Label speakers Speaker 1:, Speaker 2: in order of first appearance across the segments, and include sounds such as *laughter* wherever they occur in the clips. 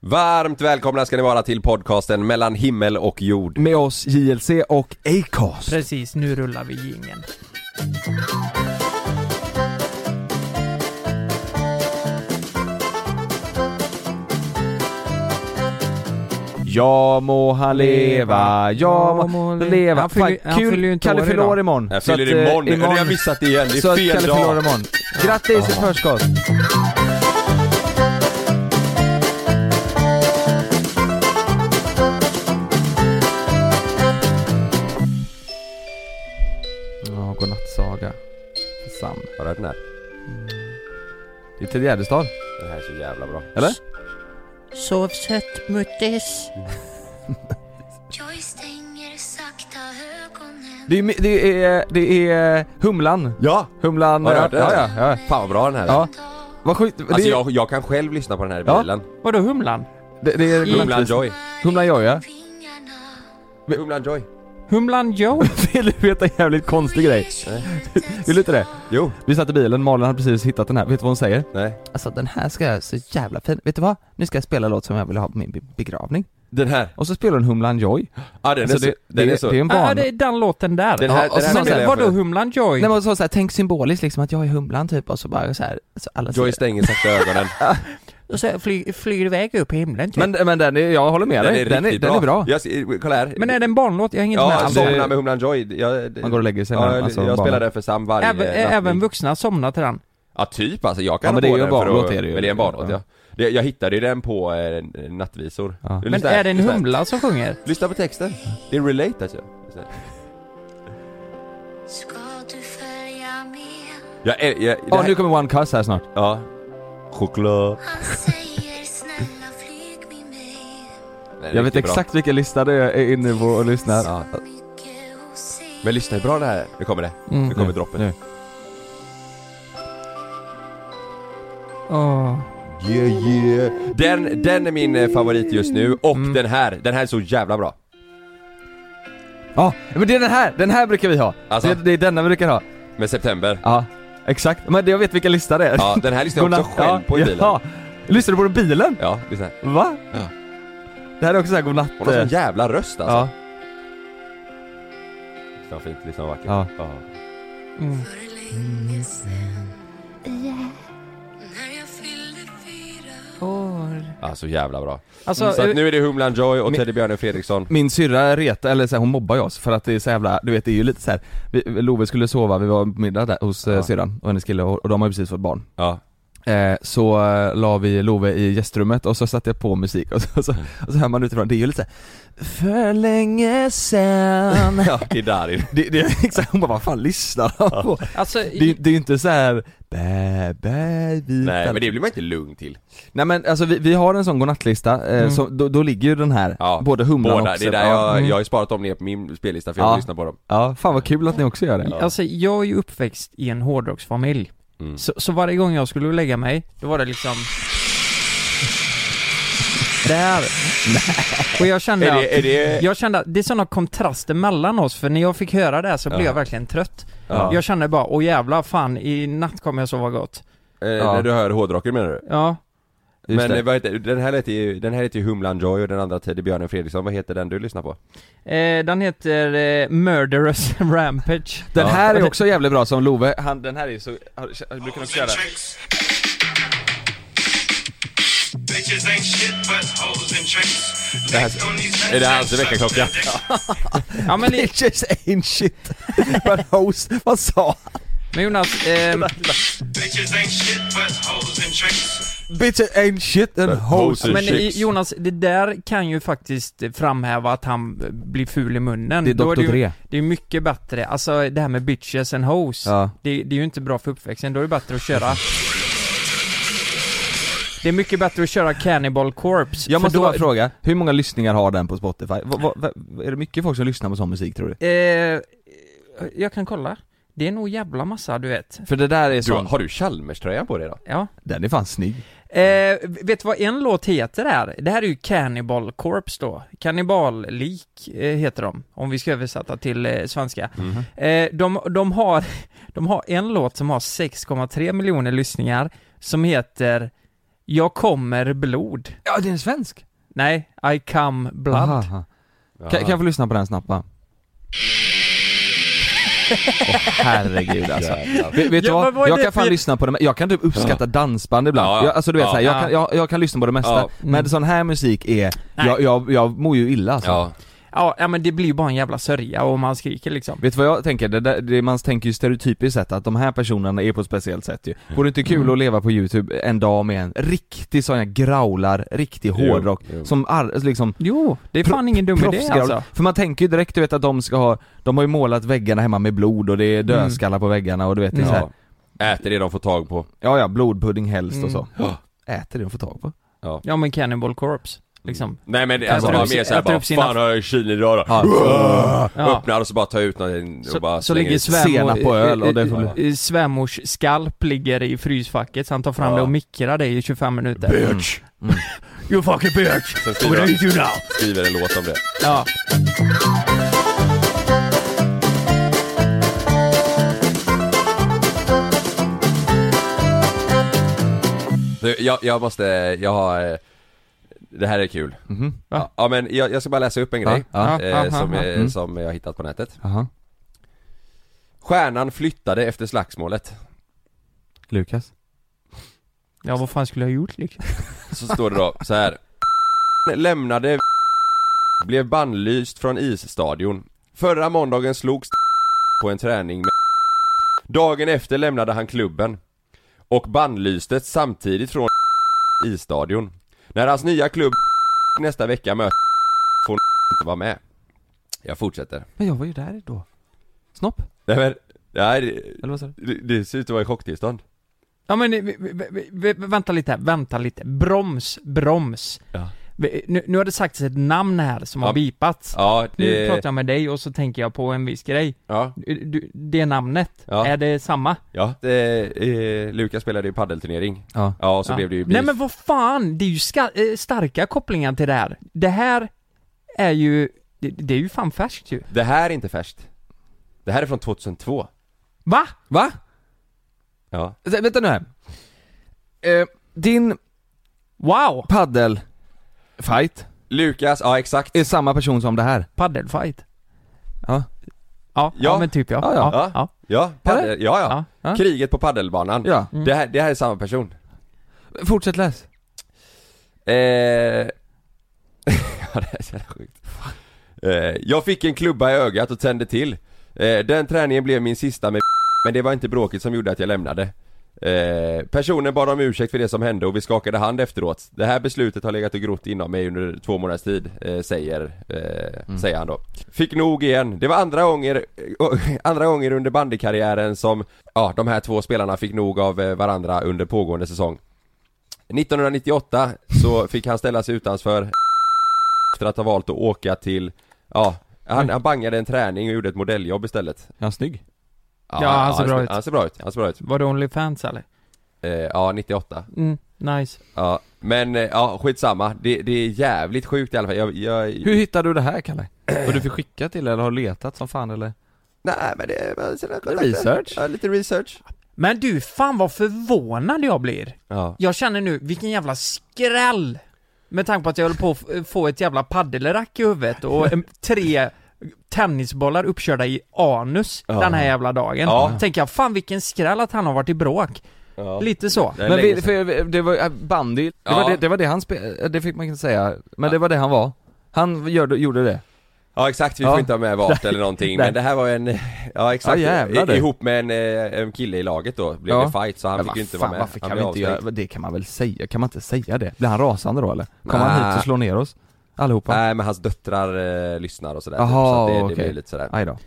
Speaker 1: Varmt välkomna ska ni vara till podcasten mellan himmel och jord.
Speaker 2: Med oss JLC och Acast.
Speaker 3: Precis, nu rullar vi jingeln.
Speaker 2: Ja må han leva, ja må han leva.
Speaker 3: Han fyller-
Speaker 2: Fan,
Speaker 3: han fyller ju
Speaker 2: kul,
Speaker 3: inte
Speaker 2: Kalle
Speaker 3: år
Speaker 2: fyller
Speaker 3: idag.
Speaker 2: år imorgon.
Speaker 1: Jag
Speaker 2: Så
Speaker 1: fyller
Speaker 2: att, eh,
Speaker 1: imorgon, nu har jag missat det igen, det
Speaker 2: Så
Speaker 1: är
Speaker 2: att
Speaker 1: fel
Speaker 2: Kalle fyller år
Speaker 1: dag.
Speaker 2: imorgon. Grattis i förskott! Ja, godnattsaga. För Sam.
Speaker 1: Har du hört den här?
Speaker 2: Det är Ted Gärdestad,
Speaker 1: Den här är så jävla bra.
Speaker 2: eller?
Speaker 4: Sov sött muttis.
Speaker 5: Jag stänger sakta ögonen
Speaker 2: Det är, det är, det är Humlan.
Speaker 1: Ja!
Speaker 2: Humlan... eh,
Speaker 1: Har du hört den?
Speaker 2: ja, ja, ja.
Speaker 1: Fan vad bra den här är.
Speaker 2: Ja. Vad skit...
Speaker 1: Alltså
Speaker 2: det,
Speaker 1: jag, jag kan själv lyssna på den här i
Speaker 2: Ja.
Speaker 1: bilen.
Speaker 3: Vadå Humlan?
Speaker 2: det, det är
Speaker 1: Humlan Joy.
Speaker 2: Humlan Joy, ja.
Speaker 5: fingrarna
Speaker 1: Humlan Joy.
Speaker 3: Humlan Joe?
Speaker 2: *laughs* *laughs* Vill du veta en jävligt konstig grej? Vill du inte *laughs* det?
Speaker 1: Jo.
Speaker 2: Vi satt i bilen, Malin hade precis hittat den här, vet du vad hon säger?
Speaker 1: Nej.
Speaker 2: Alltså den här ska jag, så jävla fin, vet du vad? Nu ska jag spela en låt som jag vill ha på min be- begravning.
Speaker 1: Den här.
Speaker 2: Och så spelar hon Humlan Joy.
Speaker 1: Ja den är
Speaker 2: Alltså,
Speaker 1: så. Den
Speaker 2: det,
Speaker 1: är så.
Speaker 2: det alltså, är en
Speaker 3: Ja,
Speaker 2: van...
Speaker 3: det är den låten där.
Speaker 1: Den här-
Speaker 3: ja,
Speaker 1: den här
Speaker 3: men
Speaker 1: spelar jag
Speaker 3: vadå
Speaker 1: för-
Speaker 3: Humlan Joy?
Speaker 2: Nej men så, så här, tänk symboliskt liksom att jag är Humlan typ och så bara så här, så alla ser-
Speaker 1: Joy stänger sakta
Speaker 2: *laughs*
Speaker 1: ögonen.
Speaker 3: Och så fly, flyger iväg upp i himlen typ. men,
Speaker 2: Men, men den är, jag håller med
Speaker 1: Den
Speaker 2: dig,
Speaker 1: är
Speaker 2: den är,
Speaker 1: riktigt
Speaker 2: den är bra.
Speaker 1: Jag, ser- kolla här.
Speaker 3: är det en barnlåt? Jag hänger inte
Speaker 1: Ja,
Speaker 3: med alls.
Speaker 2: alltså-
Speaker 1: somna med Humlan Joy. Jag, det-
Speaker 2: Man går och lägger sig med
Speaker 1: ja,
Speaker 2: den,
Speaker 1: jag,
Speaker 2: alltså,
Speaker 1: jag
Speaker 2: barnen.
Speaker 1: spelar den för Sam varje
Speaker 3: Även,
Speaker 1: natt.
Speaker 3: även vuxna somnar till den.
Speaker 1: Ja typ alltså, jag kan
Speaker 2: Ja, men
Speaker 1: ha på
Speaker 2: det är ju
Speaker 1: den
Speaker 2: en
Speaker 1: för
Speaker 2: barnlåt,
Speaker 1: att-
Speaker 2: är det ju.
Speaker 1: Men det är en barnlåt ja.
Speaker 2: Ja.
Speaker 1: Det, jag hittade ju den på eh, nattvisor.
Speaker 2: Ja.
Speaker 1: Lyssna
Speaker 3: Men
Speaker 1: här,
Speaker 3: är det en
Speaker 1: lyssna här.
Speaker 3: humla som sjunger?
Speaker 1: Lyssna på texten. Det är relate alltså. Lyssna här.
Speaker 5: ska du följa med
Speaker 1: Jag, jag, jag, det
Speaker 2: Ja,
Speaker 1: här-
Speaker 2: nu kommer One Cuss här snart.
Speaker 1: Ja. Choklad.
Speaker 5: Han säger snälla flyg med mig
Speaker 1: Nej,
Speaker 2: Jag vet
Speaker 1: riktigt bra.
Speaker 2: exakt vilka lista det är inne på och lyssnar.
Speaker 1: Ja.
Speaker 5: mycket och se
Speaker 1: Men lyssna hur bra det här är. Nu kommer det.
Speaker 3: Mm.
Speaker 1: Nu kommer droppen.
Speaker 2: nu.
Speaker 3: Åh.
Speaker 1: Yeah, yeah. Den, den är min eh, favorit just nu och
Speaker 2: Mm.
Speaker 1: den här, den här är så jävla bra.
Speaker 2: Ja, men det är den här, den här brukar vi ha.
Speaker 1: Alltså?
Speaker 2: Det, det är denna vi brukar ha.
Speaker 1: Med September.
Speaker 2: Ja, exakt. Men jag vet vilka lista det är.
Speaker 1: Ja, den här lyssnar jag också
Speaker 2: Godnatt-
Speaker 1: själv på i bilen.
Speaker 2: Ja. Lyssnar du på den i bilen?
Speaker 1: Ja, lyssna här.
Speaker 2: Va?
Speaker 1: Ja.
Speaker 2: Det här är också såhär godnatt...
Speaker 1: Hon har sån
Speaker 2: eh,
Speaker 1: jävla röst alltså.
Speaker 2: ja.
Speaker 1: Lyssna vad fint, lyssna vad vackert.
Speaker 2: Ja.
Speaker 3: Mm.
Speaker 5: för länge sen När jag fyllde fyra
Speaker 3: Åh.
Speaker 1: Ja, så jävla bra.
Speaker 3: Alltså,
Speaker 1: Så att
Speaker 3: eh,
Speaker 1: nu är det Humlan Joy och
Speaker 2: Min-
Speaker 1: Teddy Björne Fredriksson.
Speaker 2: Min syrra reta, eller så här, hon mobbar ju oss för att det är så jävla, du vet det är ju lite så här. Vi, Love skulle sova, vi var på middag där hos
Speaker 1: Ja.
Speaker 2: ja. syrran och hennes kille och, och de har ju precis fått barn.
Speaker 1: Ja.
Speaker 2: Eh, så eh, la vi Love i gästrummet och så satte jag på musik och så, och så,
Speaker 1: Mm.
Speaker 2: och så hör man utifrån, det är ju lite så här, För länge sen
Speaker 1: *laughs* Ja, det är där.
Speaker 2: *laughs* det, det är exakt, hon bara vad fan lyssnar han på?
Speaker 3: alltså,
Speaker 2: Det, är- det är ju inte så här bä, bä, vita.
Speaker 1: Nej, men det blir man inte lugn till.
Speaker 2: Nej men alltså vi, vi har en sån godnattlista, eh,
Speaker 3: Mm.
Speaker 2: som, då, då ligger ju den här,
Speaker 1: Ja,
Speaker 2: både humlan
Speaker 1: Båda,
Speaker 2: och
Speaker 1: det är där
Speaker 2: ja,
Speaker 1: jag,
Speaker 3: Mm.
Speaker 1: jag har ju sparat dem ner på min spellista för jag vill
Speaker 2: Ja.
Speaker 1: lyssna på dem.
Speaker 2: ja, fan vad kul att ni också gör det.
Speaker 1: Ja.
Speaker 3: Alltså jag är ju uppväxt i en hårdrocksfamilj.
Speaker 1: Mm.
Speaker 3: Så, så varje gång jag skulle lägga mig, då var det liksom...
Speaker 1: *laughs*
Speaker 3: Där! Och jag kände
Speaker 1: Är
Speaker 3: att,
Speaker 1: det, är det...
Speaker 3: jag kände att det är sådana kontraster mellan oss, för när jag fick höra det här så blev
Speaker 1: Ja.
Speaker 3: jag verkligen trött.
Speaker 1: Ja.
Speaker 3: Jag kände bara, åh jävla fan, i natt kommer jag sova gott.
Speaker 1: Eh,
Speaker 2: Ja.
Speaker 1: När du hör hårdrocken menar du?
Speaker 3: Ja,
Speaker 2: Just
Speaker 1: men
Speaker 2: det.
Speaker 1: eh, vad heter, den här heter ju, den här heter ju Humlan Joy och den andra Teddy Björne Fredriksson, vad heter den du lyssnar på?
Speaker 3: eh, den heter eh, Murderous *laughs* Rampage.
Speaker 2: Den
Speaker 1: Ja.
Speaker 2: här är också jävligt bra som Love, han, den här är ju så, har- brukar ni också göra?
Speaker 6: Bitches ain't shit but hoes and tricks.
Speaker 1: Det här, är det hans väckarklocka?
Speaker 3: Ja men, li-
Speaker 2: Bitches ain't shit, but host, vad sa han?
Speaker 3: men Jonas, eh,
Speaker 6: Bitches ain't shit but hoes and tricks.
Speaker 2: Bitches ain't shit and
Speaker 1: But hoes
Speaker 2: host.
Speaker 1: and
Speaker 3: men
Speaker 1: shit.
Speaker 3: i- Jonas, det där kan ju faktiskt framhäva att han eh, blir ful i munnen.
Speaker 2: Det är
Speaker 3: Då
Speaker 2: Dr.
Speaker 3: ju-
Speaker 2: Dre.
Speaker 3: Det är mycket bättre, alltså det här med bitches and hoes
Speaker 2: Ja.
Speaker 3: det, det är ju inte bra för uppväxten, då är det bättre att köra Det är mycket bättre att köra Cannibal Corpse
Speaker 2: Jag
Speaker 3: för
Speaker 2: måste
Speaker 3: då-
Speaker 2: bara fråga, hur många lyssningar har den på Spotify? Vad- vad- vad- är det mycket folk som lyssnar på sån musik tror du?
Speaker 3: eh, Jag kan kolla Det är nog jävla massa du vet
Speaker 2: För det där är
Speaker 1: Du,
Speaker 2: sån,
Speaker 1: har du Chalmers-tröjan på dig idag?
Speaker 3: Ja
Speaker 2: den är fan snygg.
Speaker 3: eh, Vet du vad en låt heter här? Det här är ju Cannibal Corpse då Kanniballik eh, heter de, om vi ska översätta till eh, svenska eh, de, de, har, *laughs* de har en låt som har 6,3 miljoner lyssningar Som heter Jag kommer blod.
Speaker 2: Ja, det är en svensk!
Speaker 3: Nej, I come blood.
Speaker 2: Aha. aha. Kan, kan jag få lyssna på den snabbt va? Åh, herregud alltså.
Speaker 1: Jävlar.
Speaker 2: Vet, vet du
Speaker 3: Ja, men
Speaker 2: vad?
Speaker 3: vad är
Speaker 2: Jag
Speaker 3: det
Speaker 2: kan fan
Speaker 3: för-
Speaker 2: lyssna på det, jag kan typ uppskatta dansband ibland.
Speaker 1: Ja, ja.
Speaker 2: Jag, alltså du vet
Speaker 1: Ja.
Speaker 2: såhär, jag, kan- jag, jag kan lyssna på det mesta.
Speaker 1: Ja. Mm.
Speaker 2: Men sån här musik är, jag, jag, jag mår ju illa alltså.
Speaker 1: Ja.
Speaker 3: Ja, ja, men det blir ju bara en jävla sörja och man skriker liksom.
Speaker 2: Vet du vad jag tänker? Det, där, det man tänker ju stereotypiskt sett att de här personerna är på ett speciellt sätt ju. Vore det inte kul att leva på youtube en dag med en riktig sån här growlar, riktig
Speaker 1: Jo,
Speaker 2: hårdrock
Speaker 1: jo.
Speaker 2: som ar- alltså liksom
Speaker 3: Jo, det är fan ingen dum idé
Speaker 2: proffsgrowlar.
Speaker 3: alltså.
Speaker 2: För man tänker ju direkt du vet att de ska ha, de har ju målat väggarna hemma med blod och det är dödskallar på väggarna och du vet det är så här,
Speaker 1: ja. Äter det de får tag på.
Speaker 2: ja ja blodpudding helst och så. Äter det de får tag på.
Speaker 3: Ja men Cannibal Corpse, liksom.
Speaker 1: Nej men det- alltså
Speaker 3: Äter
Speaker 1: bara
Speaker 3: upp-
Speaker 1: mer såhär
Speaker 3: äter
Speaker 1: bara,
Speaker 3: upp sina-
Speaker 1: fan har jag i kylen idag då?
Speaker 2: Ja,
Speaker 3: Ja.
Speaker 1: Öppnar och så bara tar jag ut någonting och bara
Speaker 3: Så, så
Speaker 1: slänger
Speaker 3: ligger
Speaker 1: i-
Speaker 2: senap
Speaker 3: svärmor,
Speaker 2: och öl och det får
Speaker 3: eh, eh, svärmors skalp ligger i frysfacket så han tar fram det och mikrar det i 25 minuter. Bitch! *laughs* you fucking bitch!
Speaker 1: Sen Mm. skriver han- skriver en låt om det.
Speaker 3: Ja.
Speaker 1: Nu, jag, jag måste, jag har, eh, det här är kul.
Speaker 3: Va?
Speaker 1: Ja men jag, jag ska bara läsa upp en grej
Speaker 2: Ja,
Speaker 1: eh,
Speaker 3: ja,
Speaker 1: som,
Speaker 3: ja,
Speaker 1: eh,
Speaker 2: Mm.
Speaker 1: som jag har hittat på nätet.
Speaker 2: Aha.
Speaker 1: Stjärnan flyttade efter slagsmålet.
Speaker 2: Lukas.
Speaker 3: ja, vad fan skulle jag ha gjort liksom?
Speaker 1: Så står det då så här. Lämnade blev bannlyst från isstadion. Förra måndagen slogs på en träning med Dagen efter lämnade han klubben och bannlystes samtidigt från isstadion. När hans nya klubb nästa vecka möter får inte vara med. Jag fortsätter.
Speaker 2: Men jag var ju där då. Snopp?
Speaker 1: Nej men, nej, det-
Speaker 2: Eller vad sa du?
Speaker 1: det, det ser ut att vara i chocktillstånd.
Speaker 3: Ja men eh, v- v- v- v- vänta lite här, vänta lite. Broms, broms.
Speaker 1: Ja.
Speaker 3: V- Nu, nu har det sagts ett namn här som
Speaker 1: Ja.
Speaker 3: har bipats.
Speaker 1: Ja,
Speaker 3: Nu
Speaker 1: det,
Speaker 3: pratar jag med dig och så tänker jag på en viss grej.
Speaker 1: ja,
Speaker 3: Du- du- Det namnet,
Speaker 1: Ja.
Speaker 3: är det samma?
Speaker 1: ja. Eh, eh, Lukas spelade ju paddelturnering.
Speaker 2: Ja.
Speaker 1: Ja, och så
Speaker 3: Ja.
Speaker 1: blev det ju beef.
Speaker 3: Nej men vad fan, det är ju ska, eh, starka kopplingar till det här. Det här är ju, det, det är ju fan färskt ju.
Speaker 1: Det här är inte färskt. Det här är från 2002.
Speaker 3: Va?
Speaker 2: Va?
Speaker 1: Ja.
Speaker 2: Vä- Vänta nu här. Eh, din
Speaker 3: Wow!
Speaker 2: paddel fight
Speaker 1: Lukas, ja exakt.
Speaker 2: är samma person som det här.
Speaker 3: Paddelfight.
Speaker 2: Ja.
Speaker 3: Ja, ja.
Speaker 1: Ja.
Speaker 3: men typ ja.
Speaker 2: Ja, ja.
Speaker 3: ja. ja.
Speaker 1: Ja, paddel, ja, ja.
Speaker 3: Ja,
Speaker 2: ja.
Speaker 1: Kriget på paddelbanan.
Speaker 2: Ja.
Speaker 1: Det, här, det här är samma person.
Speaker 2: Fortsätt läs.
Speaker 1: Eh... *laughs* ja, det här är så jävla sjukt. Eh, jag fick en klubba i ögat och tände till. Eh, den träningen blev min sista med *laughs* men det var inte bråket som gjorde att jag lämnade. Eh, personen bad om ursäkt för det som hände och vi skakade hand efteråt. Det här beslutet har legat och grott inom mig under två månaders tid, eh, säger, eh, säger han då. Fick nog igen. Det var andra gånger, *laughs* andra gånger under bandykarriären som ja, de här två spelarna fick nog av eh, varandra under pågående säsong. 1998 så fick han ställas utanför efter att ha valt att åka till, ja, han, han bangade en träning och gjorde ett modelljobb istället.
Speaker 2: Är han snygg?
Speaker 3: Ja, han ser bra ut.
Speaker 1: Han ser bra ut, han ser bra ut.
Speaker 3: Var det Onlyfans eller?
Speaker 1: Eh, ja, 98.
Speaker 3: Mm, nice.
Speaker 1: Ja, men eh, ja, skitsamma. Det, det är jävligt sjukt i alla fall. Jag, jag...
Speaker 2: Hur hittade du det här Kalle? Har du fick skicka till eller har letat som fan eller?
Speaker 1: Nej men det var
Speaker 2: Research.
Speaker 1: Ja, lite research.
Speaker 3: Men du, fan vad förvånad jag blir.
Speaker 1: Ja.
Speaker 3: Jag känner nu, vilken jävla skräll! Med tanke på att jag höll på att f- få ett jävla paddelrack i
Speaker 1: *laughs*
Speaker 3: huvudet och en- tre tennisbollar uppkörda i anus
Speaker 1: Ja.
Speaker 3: den här jävla dagen.
Speaker 1: Ja.
Speaker 3: Tänker jag, fan vilken skräll att han har varit i bråk.
Speaker 1: ja.
Speaker 3: Lite så.
Speaker 1: Det är
Speaker 2: Men
Speaker 1: länge
Speaker 2: vi,
Speaker 1: sedan.
Speaker 2: för, det var äh, bandy, det, var
Speaker 1: Ja.
Speaker 2: det, det var det han spelade, det fick man inte säga, men det var det han var. Han gör, gjorde det.
Speaker 1: Ja exakt, vi
Speaker 2: Ja.
Speaker 1: får inte ha med vart eller någonting
Speaker 2: Nej.
Speaker 1: men det här var en, ja exakt,
Speaker 2: Ja, jävlar du.
Speaker 1: I, ihop med en, eh, en kille i laget då blev
Speaker 2: Ja.
Speaker 1: det fight så han fick ju inte vara med.
Speaker 2: varför
Speaker 1: Han
Speaker 2: kan vi
Speaker 1: blev
Speaker 2: inte göra,
Speaker 1: avstängd.
Speaker 2: det kan man väl säga, kan man inte säga det? Blir han rasande då eller? Kommer han
Speaker 1: Nej.
Speaker 2: hit och slår ner oss? Allihopa?
Speaker 1: Nej men hans döttrar eh, lyssnar och sådär typ,
Speaker 2: Aha,
Speaker 1: så att det, det
Speaker 2: okej.
Speaker 1: blir lite sådär.
Speaker 2: Aj då.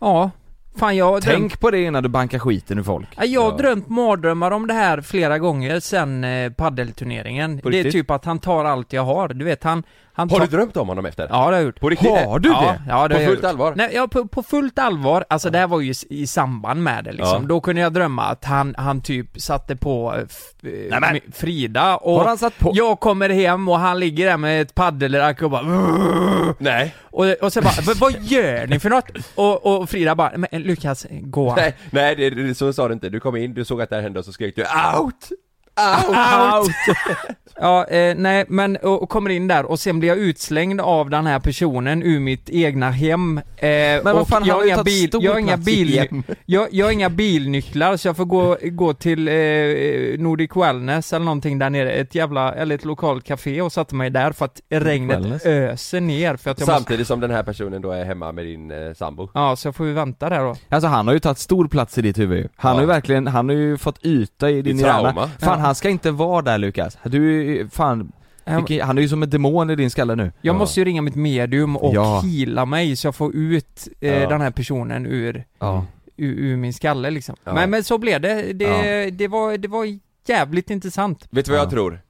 Speaker 3: Ja. Fan jag har drömt,
Speaker 2: Tänk på det innan du bankar skiten ur folk.
Speaker 3: Ja, jag har
Speaker 1: Ja.
Speaker 3: drömt mardrömmar om det här flera gånger sen eh, paddelturneringen.
Speaker 2: På
Speaker 3: Det är
Speaker 2: riktigt?
Speaker 3: typ att han tar allt jag har, du vet han... han
Speaker 1: Har
Speaker 3: tar...
Speaker 1: du drömt om honom efter?
Speaker 3: Ja det har jag gjort.
Speaker 1: På riktigt?
Speaker 2: Har du
Speaker 3: ja,
Speaker 2: det?
Speaker 3: Ja, det
Speaker 1: På
Speaker 3: har jag
Speaker 1: fullt
Speaker 3: gjort.
Speaker 1: allvar?
Speaker 3: Nej, ja, på, på fullt allvar, alltså det här var ju s- i samband med det liksom.
Speaker 1: Ja.
Speaker 3: Då kunde jag drömma att han, han typ satte på eh, f-
Speaker 2: men-
Speaker 3: eh, med Frida och
Speaker 2: Har han satt på?
Speaker 3: jag kommer hem och han ligger där med ett paddelrack och bara
Speaker 1: Nej.
Speaker 3: och, och sen bara "Vad- vad gör ni för något? Och, och Frida bara, men Lukas, gå.
Speaker 1: Nej, nej det, det, så sa du inte. Du kom in, du såg att det här hände och så skrek du 'OUT!
Speaker 3: out! *laughs* ja, eh, nej men, och, och kommer in där och sen blir jag utslängd av den här personen ur mitt egna hem. Eh, men
Speaker 2: vad fan, han
Speaker 3: jag
Speaker 2: har
Speaker 3: har
Speaker 2: ju
Speaker 3: inga
Speaker 2: tagit
Speaker 3: bil,
Speaker 2: stor
Speaker 3: jag har inga
Speaker 2: plats i
Speaker 3: bil,
Speaker 2: ditt hem.
Speaker 3: jag, jag har inga bilnycklar så jag får gå, gå till eh, Nordic Wellness eller någonting där nere, ett jävla, eller ett lokalt café och satte mig där för att regnet
Speaker 2: Wellness?
Speaker 3: öser ner för att jag måste,
Speaker 1: Samtidigt som den här personen då är hemma med din eh, sambo.
Speaker 3: ja så får vi vänta där då.
Speaker 2: *laughs* Alltså han har ju tagit stor plats i ditt huvud ju. Han
Speaker 1: Ja.
Speaker 2: har ju verkligen, han har ju fått yta i din
Speaker 1: trauma.
Speaker 2: hjärna. Fan han ska inte vara där Lukas. Du är ju- fan,
Speaker 3: Eh,
Speaker 2: vilken- han är ju som en demon i din skalle nu.
Speaker 3: Jag
Speaker 1: Ja.
Speaker 3: måste ju ringa mitt medium och
Speaker 2: Ja.
Speaker 3: heala mig så jag får ut eh,
Speaker 1: Ja.
Speaker 3: den här personen ur,
Speaker 2: Ja.
Speaker 3: ur, ur min skalle liksom.
Speaker 1: Ja.
Speaker 3: Men, men så blev det. Det, det, var, det var jävligt intressant.
Speaker 1: Vet du vad
Speaker 2: Ja.
Speaker 1: jag tror?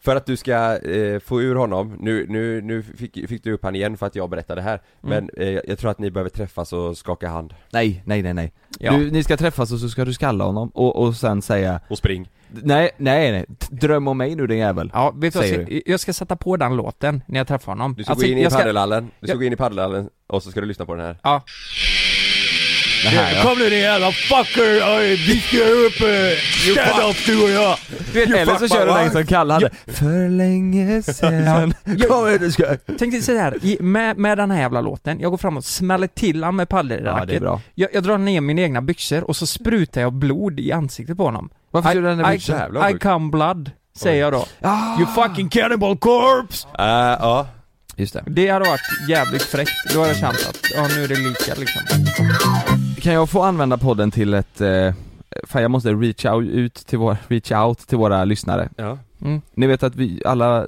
Speaker 1: För att du ska eh, få ur honom, nu, nu, nu fick, fick du upp han igen för att jag berättade det här Men eh, jag tror att ni behöver träffas och skaka hand
Speaker 2: Nej, nej, nej, nej.
Speaker 3: Ja.
Speaker 2: Du, ni ska träffas och så ska du skalla honom och, och sen säga
Speaker 1: och spring
Speaker 2: Nej, nej, nej. T- Dröm om mig nu din jävel.
Speaker 3: Ja, vet du vad,
Speaker 2: Säger
Speaker 3: jag ska- jag ska sätta på den låten när jag träffar honom.
Speaker 1: Du ska
Speaker 3: Alltså,
Speaker 1: gå in i
Speaker 3: jag ska-
Speaker 1: padelhallen, du ska
Speaker 3: Ja.
Speaker 1: gå in i padelhallen och så ska du lyssna på den här
Speaker 3: Ja.
Speaker 2: Det här, ja.
Speaker 3: nu din jävla fucker! Vi ska upp stand-up du och jag!
Speaker 2: Du vet, eller så
Speaker 1: fuck my
Speaker 2: kör du den
Speaker 1: wife.
Speaker 2: som Kalle hade. För *laughs* länge sen. Kom hit du ska.
Speaker 3: Tänk dig såhär, i- med, med den här jävla låten, jag går fram och smäller till honom med
Speaker 2: Ja, det är
Speaker 3: padelracket.
Speaker 2: bra.
Speaker 3: jag, jag drar ner mina egna byxor och så sprutar jag blod i ansiktet på honom.
Speaker 2: Varför
Speaker 3: I-
Speaker 2: gjorde den där
Speaker 3: I-
Speaker 2: byxan?
Speaker 1: Jävlar vad
Speaker 3: I
Speaker 1: sjukt.
Speaker 3: come blood, säger jag då.
Speaker 2: Ah,
Speaker 3: You fucking cannibal corpse!
Speaker 1: Äh, ja
Speaker 2: just det.
Speaker 3: Det hade varit jävligt fräckt. Då hade jag känt att, ja nu är det lika liksom.
Speaker 2: Kan jag få använda podden till ett, eh, fan jag måste reach out, ut till våra, reach out till våra lyssnare.
Speaker 1: Ja,
Speaker 3: Mm.
Speaker 2: Ni vet att vi alla,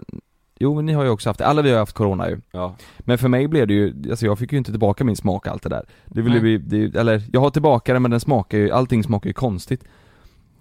Speaker 2: jo men ni har ju också haft det, alla vi har haft corona ju.
Speaker 1: ja.
Speaker 2: Men för mig blev det ju, alltså jag fick ju inte tillbaka min smak allt det där. Det ville
Speaker 3: Nej.
Speaker 2: vi, det, eller jag har tillbaka den men den smakar ju, allting smakar ju konstigt.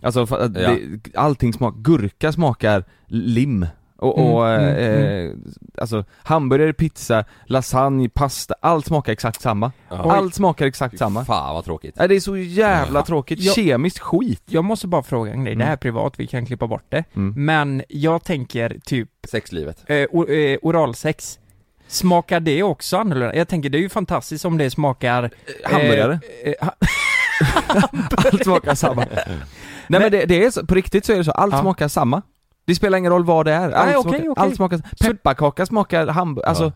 Speaker 2: Alltså för att
Speaker 1: Ja.
Speaker 2: det, allting smakar, gurka smakar lim. Och, och
Speaker 3: Mm, mm,
Speaker 2: eh, alltså hamburgare, pizza, lasagne, pasta, allt smakar exakt samma.
Speaker 1: ja.
Speaker 2: Allt smakar exakt
Speaker 1: Fy
Speaker 2: samma.
Speaker 1: Fan vad tråkigt
Speaker 2: Nej det är så jävla
Speaker 1: Ja.
Speaker 2: tråkigt,
Speaker 3: Ja.
Speaker 2: kemiskt skit.
Speaker 3: Jag måste bara fråga en grej, det här är
Speaker 2: Mm.
Speaker 3: privat, vi kan klippa bort det.
Speaker 2: Mm.
Speaker 3: Men jag tänker typ
Speaker 1: Sexlivet
Speaker 3: eh, or, eh, oralsex. Smakar det också annorlunda? Jag tänker det är ju fantastiskt om det smakar... eh,
Speaker 2: Hamburgare,
Speaker 3: eh, ha-
Speaker 2: allt *laughs* smakar
Speaker 3: *laughs*
Speaker 2: samma. Nej men det, det är så, på riktigt så är det så, allt
Speaker 3: Ja.
Speaker 2: smakar samma. Det spelar ingen roll vad det är, allt,
Speaker 3: Nej, okej,
Speaker 2: smakar,
Speaker 3: okej.
Speaker 2: allt smakar Pepparkaka smakar hamburgare, alltså
Speaker 1: Ja.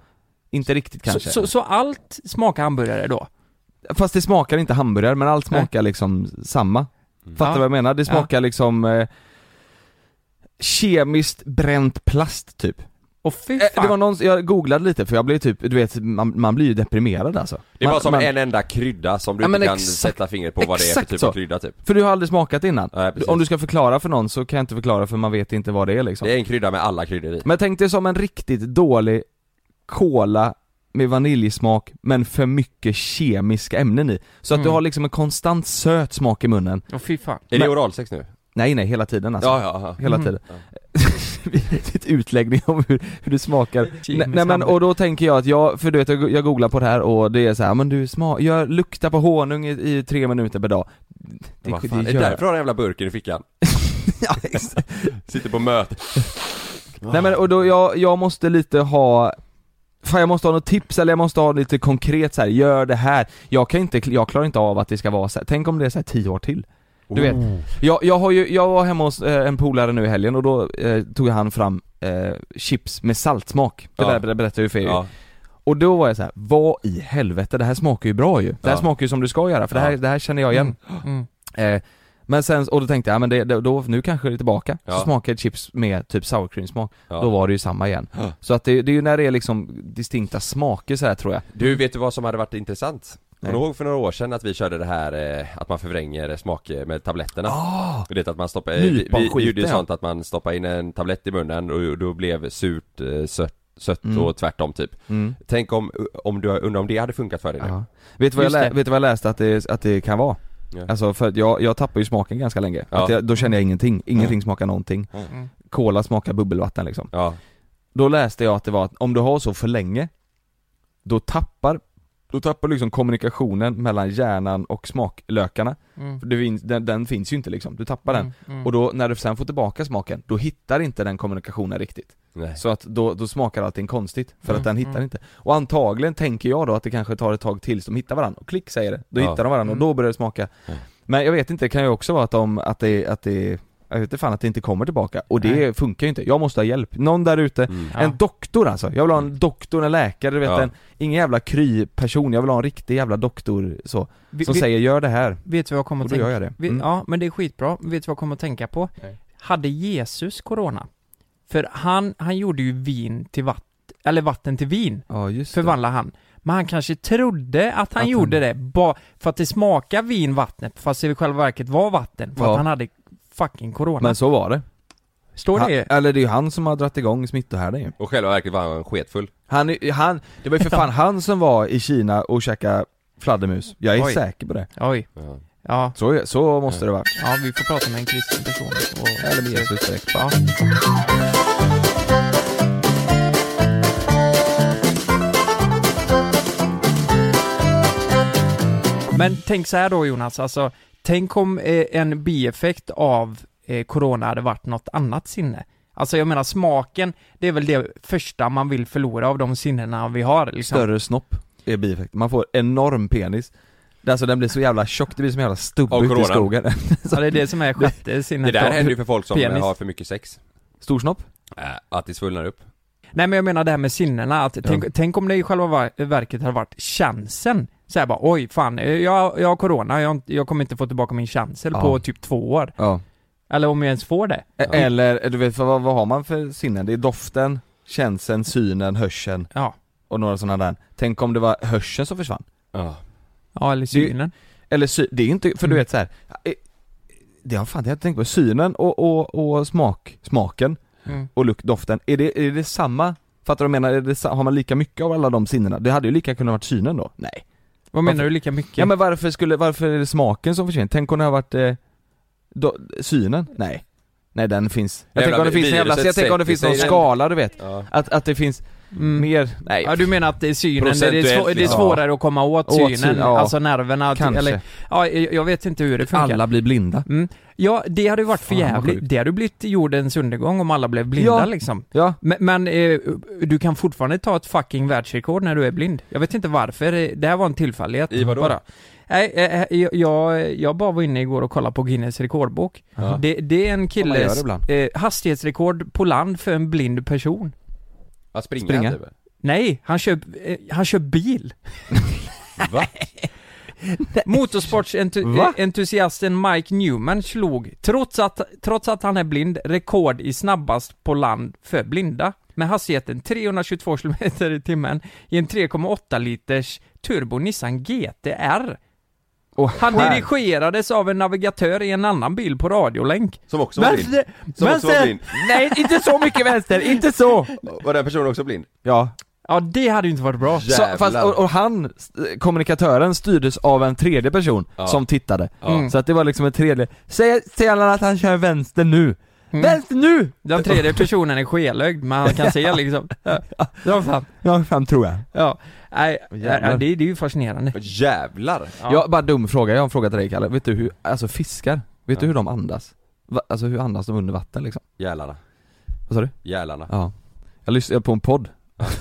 Speaker 2: inte riktigt
Speaker 3: så,
Speaker 2: kanske.
Speaker 3: så, så allt smakar hamburgare då?
Speaker 2: Fast det smakar inte hamburgare, men allt
Speaker 3: Nej. Mm.
Speaker 2: smakar liksom samma. Fattar
Speaker 3: Ja.
Speaker 2: du vad jag menar? Det
Speaker 3: Ja.
Speaker 2: smakar liksom eh, kemiskt bränt plast typ.
Speaker 3: Och fy
Speaker 2: Eh,
Speaker 3: fan.
Speaker 2: Det var någon, jag googlade lite för jag blev typ, du vet, man, man blir ju deprimerad alltså.
Speaker 1: Det är
Speaker 2: man,
Speaker 1: bara som
Speaker 2: man,
Speaker 1: en enda krydda som du
Speaker 2: Ja, men
Speaker 1: inte kan
Speaker 2: exakt-
Speaker 1: sätta fingret på vad det är för
Speaker 2: exakt
Speaker 1: typ
Speaker 2: så.
Speaker 1: av krydda typ
Speaker 2: För du har aldrig smakat innan.
Speaker 1: Nej, precis.
Speaker 2: Om du ska förklara för någon så kan jag inte förklara för man vet inte vad det är liksom.
Speaker 1: Det är en krydda med alla kryddor i
Speaker 2: Men tänk dig som en riktigt dålig cola med vaniljsmak men för mycket kemiska ämnen i. Så att
Speaker 3: Mm.
Speaker 2: du har liksom en konstant söt smak i munnen.
Speaker 3: Åh fy fan.
Speaker 1: Är
Speaker 2: Men-
Speaker 1: det oralsex nu?
Speaker 2: Nej nej, hela tiden alltså.
Speaker 1: Ja, ja, ja
Speaker 2: Hela
Speaker 3: Mm.
Speaker 2: tiden. *laughs* Ditt utläggning om hur, hur det smakar. Nej, nej men
Speaker 3: hamburgare.
Speaker 2: och då tänker jag att jag, för du vet jag, jag googlar på det här och det är så här, men du smak, jag luktar på honung i, i tre minuter per dag. Det,
Speaker 1: Vad fan,
Speaker 2: det
Speaker 1: är det
Speaker 2: gör-
Speaker 1: därför har den jävla burken i fickan?
Speaker 2: *laughs* ja, exakt.
Speaker 1: Sitter på möte
Speaker 2: Nej men och då, jag, jag måste lite ha Fan jag måste ha något tips eller jag måste ha lite konkret så här. gör det här Jag kan inte, jag klarar inte av att det ska vara så här. tänk om det är så här 10 år till Du vet,
Speaker 1: Oh.
Speaker 2: jag, jag har ju, jag var hemma hos eh, en polare nu i helgen och då eh, tog han fram eh, chips med saltsmak Det
Speaker 1: Ja.
Speaker 2: där ber- berättade jag ju för er
Speaker 1: Ja,
Speaker 2: Och då var jag så här: vad i helvete, det här smakar ju bra ju Det här
Speaker 1: Ja.
Speaker 2: smakar ju som du ska göra för det, här,
Speaker 1: Ja.
Speaker 2: det här känner jag igen
Speaker 3: Mm.
Speaker 2: Eh, men sen, och då tänkte jag, ja, men det, det, då, nu kanske det är tillbaka.
Speaker 1: Ja.
Speaker 2: Så smakade chips med typ sour cream smak,
Speaker 1: Ja.
Speaker 2: då var det ju samma igen.
Speaker 1: Ja.
Speaker 2: Så att det, det är ju när det är liksom distinkta smaker så här tror jag.
Speaker 1: Du, vet du vad som hade varit intressant? Kommer
Speaker 2: Nej.
Speaker 1: du ihåg för några år sedan att vi körde det här eh, att man förvränger smak eh, med tabletterna?
Speaker 2: Ah!
Speaker 1: Du vet att man stoppar, eh, vi, vi, vi
Speaker 2: Nyponskiten,
Speaker 1: gjorde ju
Speaker 2: ja.
Speaker 1: sånt att man stoppade in en tablett i munnen och då blev surt, eh, sött, sött
Speaker 2: Mm.
Speaker 1: och tvärtom typ
Speaker 2: Mm.
Speaker 1: Tänk om, om du, undrar om det hade funkat för dig nu?
Speaker 2: Ja. Vet, du vad jag
Speaker 3: Just
Speaker 2: lä-
Speaker 3: det.
Speaker 2: vet du vad jag läste att det, att det kan vara?
Speaker 1: Ja.
Speaker 2: Alltså för att jag, jag tappar ju smaken ganska länge.
Speaker 1: Ja.
Speaker 2: Att jag, då känner jag ingenting, ingenting smakar någonting.
Speaker 3: Mm.
Speaker 2: Cola smakar bubbelvatten liksom.
Speaker 1: Ja,
Speaker 2: Då läste jag att det var att om du har så för länge, då tappar, då tappar liksom kommunikationen mellan hjärnan och smaklökarna.
Speaker 3: Mm.
Speaker 2: För det finns- Den, den finns ju inte liksom, du tappar den.
Speaker 3: Mm, mm.
Speaker 2: Och då när du sen får tillbaka smaken, då hittar inte den kommunikationen riktigt.
Speaker 1: nej
Speaker 2: Så att då, då smakar allting konstigt, för att
Speaker 3: Mm,
Speaker 2: den hittar
Speaker 3: mm.
Speaker 2: inte. Och antagligen tänker jag då att det kanske tar ett tag tills de hittar varandra, och klick säger det. Då
Speaker 1: Ja.
Speaker 3: Mm.
Speaker 2: hittar de varandra och då börjar det smaka. Men jag vet inte, det kan ju också vara att de, att det, att det jag vet inte fan att det inte kommer tillbaka och det
Speaker 3: Nej.
Speaker 2: funkar ju inte, jag måste ha hjälp, någon där ute
Speaker 1: Mm.
Speaker 3: Ja. Mm.
Speaker 2: En doktor alltså, jag vill ha en doktor, en läkare, du vet
Speaker 1: Ja.
Speaker 2: en, ingen jävla kry-person, jag vill ha en riktig jävla doktor så,
Speaker 3: Vi-
Speaker 2: som
Speaker 3: vi-
Speaker 2: säger 'gör det här'
Speaker 3: Vet du vad jag
Speaker 2: och
Speaker 3: kommer att
Speaker 2: då
Speaker 3: tänka
Speaker 2: gör jag det
Speaker 3: Vi,
Speaker 2: mm.
Speaker 3: Ja, men det är skitbra. Vet du vad jag kommer att tänka på?
Speaker 2: Nej.
Speaker 3: Hade Jesus corona? För han, han gjorde ju vin till vatten, eller vatten till vin,
Speaker 2: ja just det.
Speaker 3: förvandlade han. Men han kanske trodde att han
Speaker 2: Att
Speaker 3: gjorde
Speaker 2: han-
Speaker 3: det ba, för att det smakar vin vattnet, fast det i själva verket var vatten, för
Speaker 2: Ja.
Speaker 3: att han hade fucking corona.
Speaker 2: Men så var det,
Speaker 3: Står
Speaker 2: han,
Speaker 3: det ju?
Speaker 2: eller det är ju han som har dragit igång smittohärden ju
Speaker 1: Och själva verket var han sketfull.
Speaker 2: han, är- han, det var ju för
Speaker 3: *laughs*
Speaker 2: fan han som var i Kina och käkade fladdermus, jag är
Speaker 3: Oj.
Speaker 2: säker på det
Speaker 3: Oj,
Speaker 1: Ja.
Speaker 3: ja.
Speaker 2: Så, så måste det vara.
Speaker 3: Ja, vi får prata med en kristen person och...
Speaker 2: Eller med Jesus direkt.
Speaker 3: Ja. Men tänk så här då Jonas, alltså tänk om eh, en bieffekt av eh, corona hade varit något annat sinne. Alltså jag menar smaken, det är väl det första man vill förlora av de sinnena vi har liksom.
Speaker 2: Större snopp är bieffekten, man får enorm penis Alltså den blir så jävla tjock, det blir som en jävla stubbe
Speaker 1: Av
Speaker 2: ute i
Speaker 1: corona.
Speaker 2: skogen *laughs*
Speaker 3: Ja, det är det som är sjätte
Speaker 1: Det
Speaker 3: sinnet.
Speaker 1: där
Speaker 3: då.
Speaker 1: händer ju för folk som
Speaker 3: Penis.
Speaker 1: har för mycket sex.
Speaker 2: Stor snopp?
Speaker 1: Äh, att det svullnar upp.
Speaker 3: Nej men jag menar det här med sinnena, att tänk, tänk om det i själva ver- verket hade varit chansen. Så här bara, oj fan, eh, jag, jag har corona, jag, har inte- jag kommer inte få tillbaka min chansel
Speaker 2: Ja.
Speaker 3: på typ två år.
Speaker 2: Ja
Speaker 3: Eller om jag ens får det.
Speaker 2: E- Eller, du vet för vad, vad har man för sinnen? Det är doften, känseln, synen, hörseln
Speaker 3: Ja.
Speaker 2: och några sådana där Tänk om det var hörseln som försvann?
Speaker 1: Ja.
Speaker 3: Ja, eller synen.
Speaker 2: Eller sy- det är inte, för du
Speaker 3: Mm.
Speaker 2: vet så här. eh, Det har fan det har jag inte tänkt på, synen och, och, och smak, smaken
Speaker 3: Mm.
Speaker 2: och lukt, doften, är det, är det samma? Fattar du vad jag menar? Är det, sa- har man lika mycket av alla de sinnena? Det hade ju lika kunnat varit synen då? Nej
Speaker 3: Vad menar
Speaker 2: Varför-
Speaker 3: du lika mycket?
Speaker 2: Ja men varför skulle, varför är det smaken som försvinner? Tänk om det har varit, eh, då, synen? Nej Nej den finns, jag
Speaker 1: Jävla
Speaker 2: tänker om det
Speaker 1: vi-
Speaker 2: finns en jävla,
Speaker 1: viruset
Speaker 2: jag tänker om det finns någon
Speaker 1: sätter sig i den.
Speaker 2: skala du vet
Speaker 1: Ja.
Speaker 2: Att, att det finns
Speaker 3: mm.
Speaker 2: mer, nej
Speaker 3: Ja du menar att det är synen, det är,
Speaker 1: Procentuellt,
Speaker 3: svå- det är
Speaker 1: liksom.
Speaker 3: svårare att komma åt
Speaker 2: Åt
Speaker 3: synen,
Speaker 2: syn- ja.
Speaker 3: alltså nerverna,
Speaker 2: kanske
Speaker 3: eller ja, jag jag vet inte hur det funkar.
Speaker 2: Alla blir blinda
Speaker 3: Mm. Ja, det hade ju varit för
Speaker 2: Fan, vad
Speaker 3: jävligt.
Speaker 2: sjukt.
Speaker 3: Det hade ju blivit jordens undergång om alla blev blinda
Speaker 2: Ja.
Speaker 3: liksom.
Speaker 2: Ja,
Speaker 3: Men, men eh, du kan fortfarande ta ett fucking världsrekord när du är blind. Jag vet inte varför, eh, det här var en tillfällighet.
Speaker 1: I vadå?
Speaker 3: Bara. Nej, eh, eh, jag- jag, jag bara var inne igår och kollade på Guinness rekordbok.
Speaker 2: Ja.
Speaker 3: Det, det är
Speaker 2: man
Speaker 3: en
Speaker 2: gör det
Speaker 3: killes
Speaker 2: ibland.
Speaker 3: eh, hastighetsrekord på land för en blind person.
Speaker 1: Att springa,
Speaker 2: Springa.
Speaker 1: typ.
Speaker 3: Nej, han kör, eh, han
Speaker 2: *laughs*
Speaker 3: kör bil. *laughs*
Speaker 1: Va?
Speaker 2: Va?
Speaker 3: Motorsportsentusiasten Mike Newman slog, trots att, trots att han är blind, rekord i snabbast på land för blinda. Med hastigheten 322 km i timmen i en 3,8 liters turbo Nissan GTR.
Speaker 2: och
Speaker 3: Han
Speaker 2: här-
Speaker 3: dirigerades av en navigatör i en annan bil på radiolänk.
Speaker 1: Som också var blind. Som också var blind.
Speaker 2: Nej inte så mycket vänster, inte så!
Speaker 1: Var den personen också blind?
Speaker 2: Ja,
Speaker 3: Ja, det hade ju inte varit bra.
Speaker 2: så,
Speaker 1: Jävlar.
Speaker 2: fast, och, och han, eh, kommunikatören styrdes av en tredje person
Speaker 1: Ja.
Speaker 2: som tittade
Speaker 1: Ja.
Speaker 2: Så att det var liksom en tredje, säg, säg alla att han kör vänster nu!
Speaker 3: Mm.
Speaker 2: Vänster nu!
Speaker 3: Den tredje personen är skelögd, men han kan se liksom. Ja, fan.
Speaker 2: Ja, fem tror jag
Speaker 3: Ja, nej,
Speaker 2: Jävlar.
Speaker 3: ja, det, det är ju fascinerande.
Speaker 1: Jävlar!
Speaker 3: Ja.
Speaker 2: Jag, bara dum fråga, jag har en fråga till dig Kalle. Vet du hur, alltså fiskar, vet du
Speaker 1: Ja.
Speaker 2: hur de andas? Va, alltså hur andas de under vatten liksom?
Speaker 1: Jälarna.
Speaker 2: Vad sa du?
Speaker 1: Jälarna.
Speaker 2: Ja. Jag lyssnade på en podd,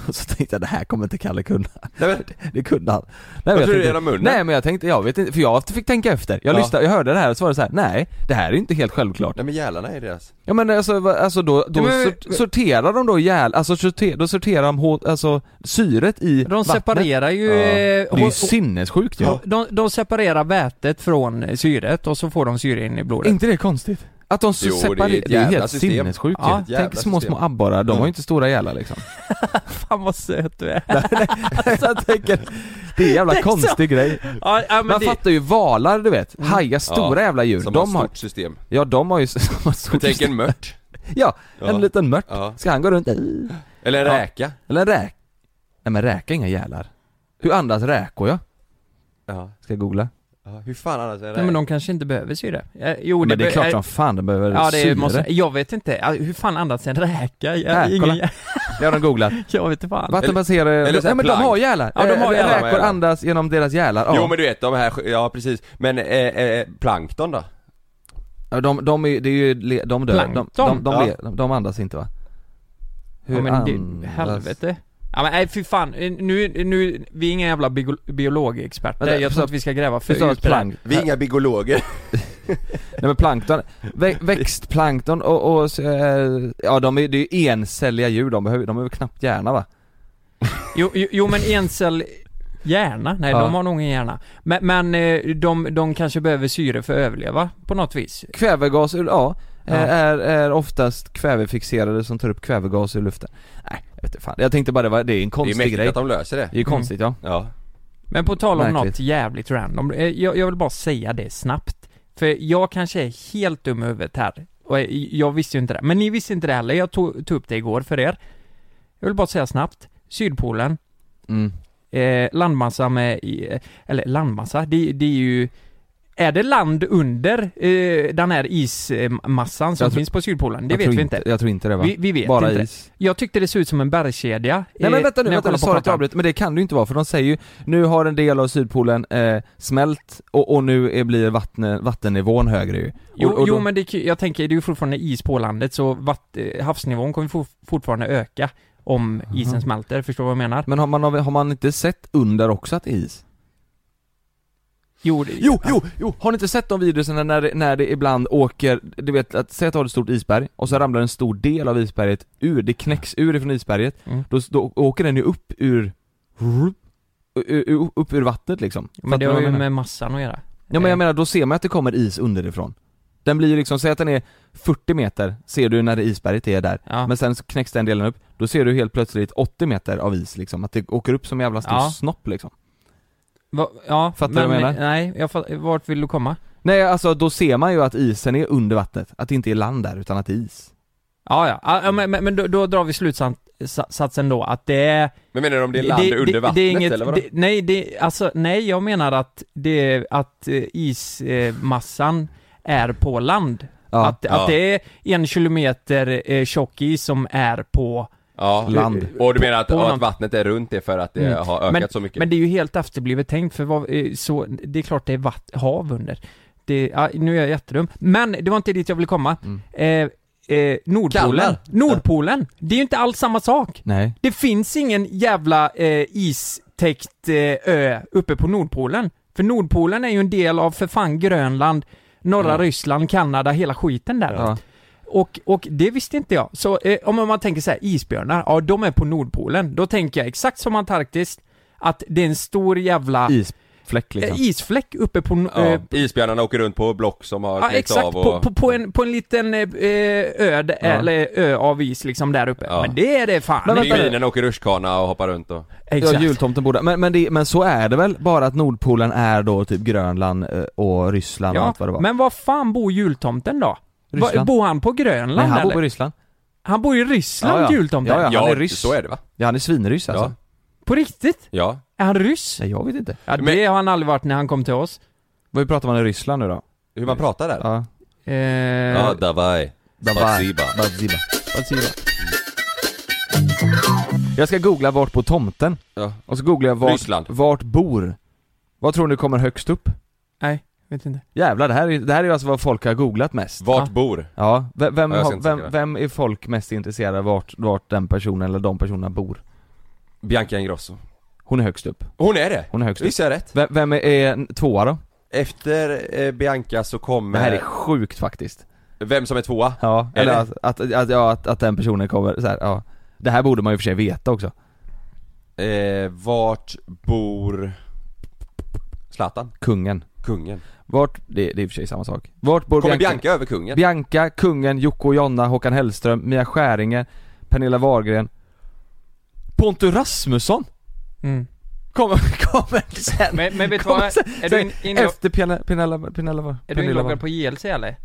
Speaker 2: och *laughs* så tänkte jag det här kommer inte Kalle kunna.
Speaker 1: Nej, men,
Speaker 2: Det kunde han. Nej,
Speaker 1: Varför är det
Speaker 2: tänkte,
Speaker 1: genom munnen?
Speaker 2: Nej men jag tänkte, jag vet inte, för jag fick tänka efter. Jag
Speaker 1: Ja.
Speaker 2: lyssnade, jag hörde det här och så var det så här: nej, det här är inte helt självklart.
Speaker 1: nej men jälarna är deras.
Speaker 2: Ja men alltså, va- alltså då, då
Speaker 3: Ja, men-
Speaker 2: sort, sorterar de då ihjäl, alltså sorter, då sorterar de hå, alltså syret i
Speaker 3: De
Speaker 2: vattnet.
Speaker 3: separerar ju...
Speaker 2: Ja.
Speaker 3: eh,
Speaker 2: Det är ju
Speaker 3: och-
Speaker 2: sinnessjukt ju.
Speaker 3: och- de, de separerar vätet från eh, syret och så får de syre in i
Speaker 2: Är
Speaker 3: blodet.
Speaker 2: inte det konstigt? Att de
Speaker 1: Jo, det är
Speaker 2: separerar, det
Speaker 1: ett
Speaker 2: är,
Speaker 1: jävla
Speaker 2: helt
Speaker 1: system.
Speaker 2: sinnessjukt
Speaker 3: Ja,
Speaker 2: ju.
Speaker 1: ett jävla
Speaker 2: Tänk små,
Speaker 1: system.
Speaker 2: små abborrar, de har ju inte stora
Speaker 1: *laughs*
Speaker 2: gälar liksom
Speaker 3: Fan vad söt du är.
Speaker 2: alltså, jag tänker, det är en
Speaker 1: *laughs*
Speaker 2: jävla
Speaker 3: Det är så-
Speaker 2: konstig grej
Speaker 3: Ja, ja, men
Speaker 2: Man
Speaker 3: det, Mm.
Speaker 2: fattar ju valar du vet, hajar, stora
Speaker 1: Ja,
Speaker 2: jävla djur,
Speaker 1: Som
Speaker 2: de
Speaker 1: har
Speaker 2: har,
Speaker 1: ett stort system.
Speaker 2: ja *laughs* de har ju som har stort
Speaker 1: Tänk en mört.
Speaker 2: Ja,
Speaker 1: Ja.
Speaker 2: en liten mört,
Speaker 1: Ja.
Speaker 2: ska han gå runt,
Speaker 1: Eller en
Speaker 2: Ja.
Speaker 1: räka.
Speaker 2: eller en räk Nej men räka inga gälar Hur andas räkor ja?
Speaker 1: Ja.
Speaker 2: Ska jag googla?
Speaker 3: Oh,
Speaker 1: ja. Hur fan annars är en
Speaker 3: nej, men
Speaker 1: räka?
Speaker 3: de kanske inte behöver syre. Eh, Jo,
Speaker 2: Men det är
Speaker 3: be-
Speaker 2: klart
Speaker 3: eh,
Speaker 2: som fan de behöver
Speaker 3: Ja, det
Speaker 2: syre
Speaker 3: är, måste, jag vet inte. Ja, Hur fan andas en räka? Jag,
Speaker 2: Här,
Speaker 3: ingen, *laughs*
Speaker 2: kolla. Det har de googlat
Speaker 3: jag vet inte fan.
Speaker 2: Vattenbaserade,
Speaker 1: eller så här
Speaker 2: nej men de
Speaker 1: plank.
Speaker 2: har gälar!
Speaker 3: Ja, de har
Speaker 2: Eh,
Speaker 3: gälar.
Speaker 2: Räkor andas genom deras gälar, ja.
Speaker 1: Jo men du vet de här, ja precis. Men eh, eh, plankton då?
Speaker 2: Ja, de, de är, det är ju, le- de dör, de,
Speaker 3: Plankton.
Speaker 2: de, de,
Speaker 1: Ja.
Speaker 2: le- de, de andas inte va?
Speaker 3: Ja, men det,
Speaker 2: andas-
Speaker 3: helvete. Ja men nej fy fan, Eh, nu, nu, vi är inga jävla bio- biologexperter,
Speaker 2: Vänta,
Speaker 3: jag tror
Speaker 2: förstå-
Speaker 3: att vi ska gräva för
Speaker 2: Förstår
Speaker 3: djupt
Speaker 2: att
Speaker 3: i det här.
Speaker 2: plank,
Speaker 1: Vi är inga biologer.
Speaker 2: nej men plankton, vä- *laughs* växtplankton och, och så, eh, ja de är, det är ju encelliga djur, de behöver, de behöver knappt hjärna va?
Speaker 3: Jo, jo, jo men encell hjärna? Nej
Speaker 2: Ja.
Speaker 3: de har nog ingen hjärna. Men, men eh, de, de kanske behöver syre för att överleva på något vis.
Speaker 2: Kvävegas, ur- ja, eh,
Speaker 3: Ja.
Speaker 2: Är, är oftast kvävefixerade som tar upp kvävegas ur luften. Nej, jag vet inte fan. Jag tänkte bara det, var, det är en
Speaker 1: Det är
Speaker 2: konstig
Speaker 1: mäktigt
Speaker 2: grej.
Speaker 1: att de löser det.
Speaker 2: Det är ju konstigt ja.
Speaker 1: Ja.
Speaker 3: Men på tal om
Speaker 2: Märkligt.
Speaker 3: något jävligt random, eh, jag, jag vill bara säga det snabbt. För jag kanske är helt dum i huvudet här, och eh, jag visste ju inte det. Men ni visste inte det heller, jag tog, tog upp det igår för er. Jag vill bara säga snabbt, Sydpolen,
Speaker 2: Mm.
Speaker 3: eh, landmassa med, i- eh, eller landmassa, det, det är ju är det land under eh, den här ismassan som
Speaker 2: Jag tror-
Speaker 3: finns på Sydpolen? Det
Speaker 2: jag
Speaker 3: vet
Speaker 2: tror
Speaker 3: vi inte.
Speaker 2: Jag tror inte det va?
Speaker 3: Vi, vi vet
Speaker 2: Bara
Speaker 3: inte.
Speaker 2: is.
Speaker 3: Jag tyckte det såg ut som en bergskedja.
Speaker 2: Nej men
Speaker 3: eh,
Speaker 2: vänta nu, vänta nu,
Speaker 3: när jag kollade på
Speaker 2: sorry att jag
Speaker 3: kartan.
Speaker 2: avbryter, men det kan det ju inte vara för de säger ju Nu har en del av sydpolen eh, smält och, och nu är, blir vatten, vattennivån högre ju
Speaker 3: Jo,
Speaker 2: och, och
Speaker 3: jo
Speaker 2: då-
Speaker 3: men det, är ju- jag tänker, det är ju fortfarande is på landet så vatt, eh, havsnivån kommer for, fortfarande öka om isen
Speaker 2: Aha.
Speaker 3: smälter, förstår du vad jag menar?
Speaker 2: men har man, har man inte sett under också att det är is?
Speaker 3: Jo, det,
Speaker 2: Jo, jo, jo! Har ni inte sett de videorna när, det- när det ibland åker, du vet att, säg att du har ett stort isberg och så ramlar en stor del av isberget ur, det knäcks ur ifrån isberget
Speaker 3: Mm.
Speaker 2: då, då åker den ju upp ur, ur, ur upp ur vattnet liksom
Speaker 3: men
Speaker 2: Fattar
Speaker 3: det
Speaker 2: du
Speaker 3: har
Speaker 2: vad jag
Speaker 3: ju
Speaker 2: menar?
Speaker 3: med massan att göra.
Speaker 2: Ja men
Speaker 3: Eh,
Speaker 2: jag menar, då ser man att det kommer is underifrån Den blir ju liksom, säg att den är 40 meter, ser du när det isberget är där
Speaker 3: Ja.
Speaker 2: Men sen så knäcks den delen upp, då ser du helt plötsligt 80 meter av is liksom, att det åker upp som en jävla stor
Speaker 3: Ja.
Speaker 2: snopp liksom
Speaker 3: Va, ja,
Speaker 2: Fattar du
Speaker 3: men,
Speaker 2: vad jag menar?
Speaker 3: Nej, jag fatt, vart vill du komma?
Speaker 2: Nej alltså då ser man ju att isen är under vattnet, att det inte är land där utan att det är is
Speaker 3: Ja, ja, ja, ja men, men, men då, då drar vi slutsatsen då att det är...
Speaker 1: Men menar du om det är land under vattnet
Speaker 3: det är inget,
Speaker 1: eller vadå?
Speaker 3: det, Nej, det, alltså, nej jag menar att det är att eh, ismassan eh, är på land.
Speaker 2: Ja,
Speaker 3: Att,
Speaker 1: Ja.
Speaker 3: att det är en kilometer eh, tjock is som är på
Speaker 1: ja.
Speaker 2: land.
Speaker 1: Och du menar att,
Speaker 3: På- på
Speaker 1: ja, att
Speaker 3: land.
Speaker 1: vattnet är runt det för att det
Speaker 3: Mm.
Speaker 1: har ökat
Speaker 3: Men-
Speaker 1: så mycket?
Speaker 3: Men det är ju helt efterblivet tänkt för vad, eh, så, det är klart det är vatt, hav under. Det, ja, nu är jag jättedum. Men det var inte dit jag ville komma.
Speaker 1: Mm.
Speaker 3: Eh, eh, Nordpolen.
Speaker 1: Kallar.
Speaker 3: Nordpolen! Det är ju inte alls samma sak.
Speaker 2: Nej,
Speaker 3: Det finns ingen jävla eh, istäckt eh, ö uppe på Nordpolen. För Nordpolen är ju en del av för fan Grönland, norra
Speaker 1: Mm.
Speaker 3: Ryssland, Kanada, hela skiten där.
Speaker 2: ja.
Speaker 3: Och, och det visste inte jag. Så eh, om man tänker så här, isbjörnar, ja de är på Nordpolen. Då tänker jag exakt som Antarktis, att det är en stor jävla
Speaker 2: isfläck
Speaker 3: eh,
Speaker 2: liksom
Speaker 3: isfläck uppe på...
Speaker 1: ja.
Speaker 3: Eh,
Speaker 1: Isbjörnarna åker runt på block som har
Speaker 3: ja,
Speaker 1: knäckts
Speaker 3: exakt,
Speaker 1: av och...
Speaker 3: på, på, på, en, på en liten eh, eh, ö, d-
Speaker 2: Ja.
Speaker 3: eller ö av is liksom där uppe.
Speaker 1: Ja.
Speaker 3: Men det är det fan
Speaker 2: Men vänta nu.
Speaker 1: Pingvinerna åker rutschkana och hoppar runt och...
Speaker 2: Ja, jultomten borde, men, men, det, men så är det väl? Bara att Nordpolen är då typ Grönland eh, och Ryssland och
Speaker 3: Ja,
Speaker 2: allt vad det var
Speaker 3: men var fan bor jultomten då? Va,
Speaker 2: Ryssland.
Speaker 3: bor han på Grönland
Speaker 2: Nej, han bor
Speaker 3: eller?
Speaker 2: på Ryssland.
Speaker 3: han bor i Ryssland,
Speaker 2: Ja, ja.
Speaker 3: jultomten?
Speaker 2: Ja, ja. han är ryss.
Speaker 1: så är det va?
Speaker 2: Ja, han är svinryss alltså.
Speaker 1: Ja.
Speaker 3: På riktigt?
Speaker 1: Ja.
Speaker 3: Är han ryss?
Speaker 2: Nej, jag vet inte.
Speaker 3: Ja, det
Speaker 1: Men-
Speaker 3: har han aldrig varit när han kom till oss.
Speaker 2: Vad pratar man i Ryssland nu då?
Speaker 1: Hur man pratar där?
Speaker 2: Ja.
Speaker 3: Eh,
Speaker 1: Ja, davaj. Spasiba.
Speaker 2: Baziba.
Speaker 3: vad säger jag?
Speaker 2: Jag ska googla vart på tomten.
Speaker 1: Ja.
Speaker 2: Och så googlar jag vart,
Speaker 1: Ryssland.
Speaker 2: vart bor. Vad tror ni kommer högst upp?
Speaker 3: Nej, vet inte.
Speaker 2: Jävlar, det här är, det här är alltså vad folk har googlat mest.
Speaker 1: Vart
Speaker 3: Ja.
Speaker 1: bor?
Speaker 2: Ja, ve- vem,
Speaker 1: Ja, jag ska
Speaker 2: har,
Speaker 1: inte
Speaker 2: vem,
Speaker 1: säga det.
Speaker 2: vem är folk mest intresserade av vart, vart den personen eller de personerna bor?
Speaker 1: Bianca Ingrosso.
Speaker 2: Hon är högst upp.
Speaker 1: Hon är det!
Speaker 2: Hon är högst upp.
Speaker 1: Visst är jag rätt?
Speaker 2: Vem, vem är, är tvåa då?
Speaker 1: Efter eh, Bianca så
Speaker 2: Det här
Speaker 1: kommer...
Speaker 2: är sjukt faktiskt.
Speaker 1: Vem som är tvåa?
Speaker 2: Ja,
Speaker 1: Är
Speaker 2: eller
Speaker 1: det?
Speaker 2: att, att, att, ja, att, att den personen kommer så här, ja. Det här borde man ju för sig veta också.
Speaker 1: Eh, vart bor... Zlatan?
Speaker 2: Kungen.
Speaker 1: Kungen.
Speaker 2: Vart, det, det är i och för sig samma sak. Vart bor
Speaker 1: Kommer
Speaker 2: Bianca?
Speaker 1: Bianca över kungen?
Speaker 2: Bianca, kungen, Jocke och Jonna, Håkan Hellström, Mia Skäringer, Pernilla Wahlgren Pontus Rasmusson
Speaker 3: Mm.
Speaker 2: kommer, *laughs* kommer sen!
Speaker 3: Men, men *laughs* vet du
Speaker 2: Kommer
Speaker 3: vad?
Speaker 2: sen,
Speaker 3: Är du,
Speaker 2: sen
Speaker 3: in, in,
Speaker 2: efter Pernilla, Pernilla, Pernilla, Pernilla
Speaker 3: är du inloggad
Speaker 2: Wahlgren.
Speaker 3: på JLC eller?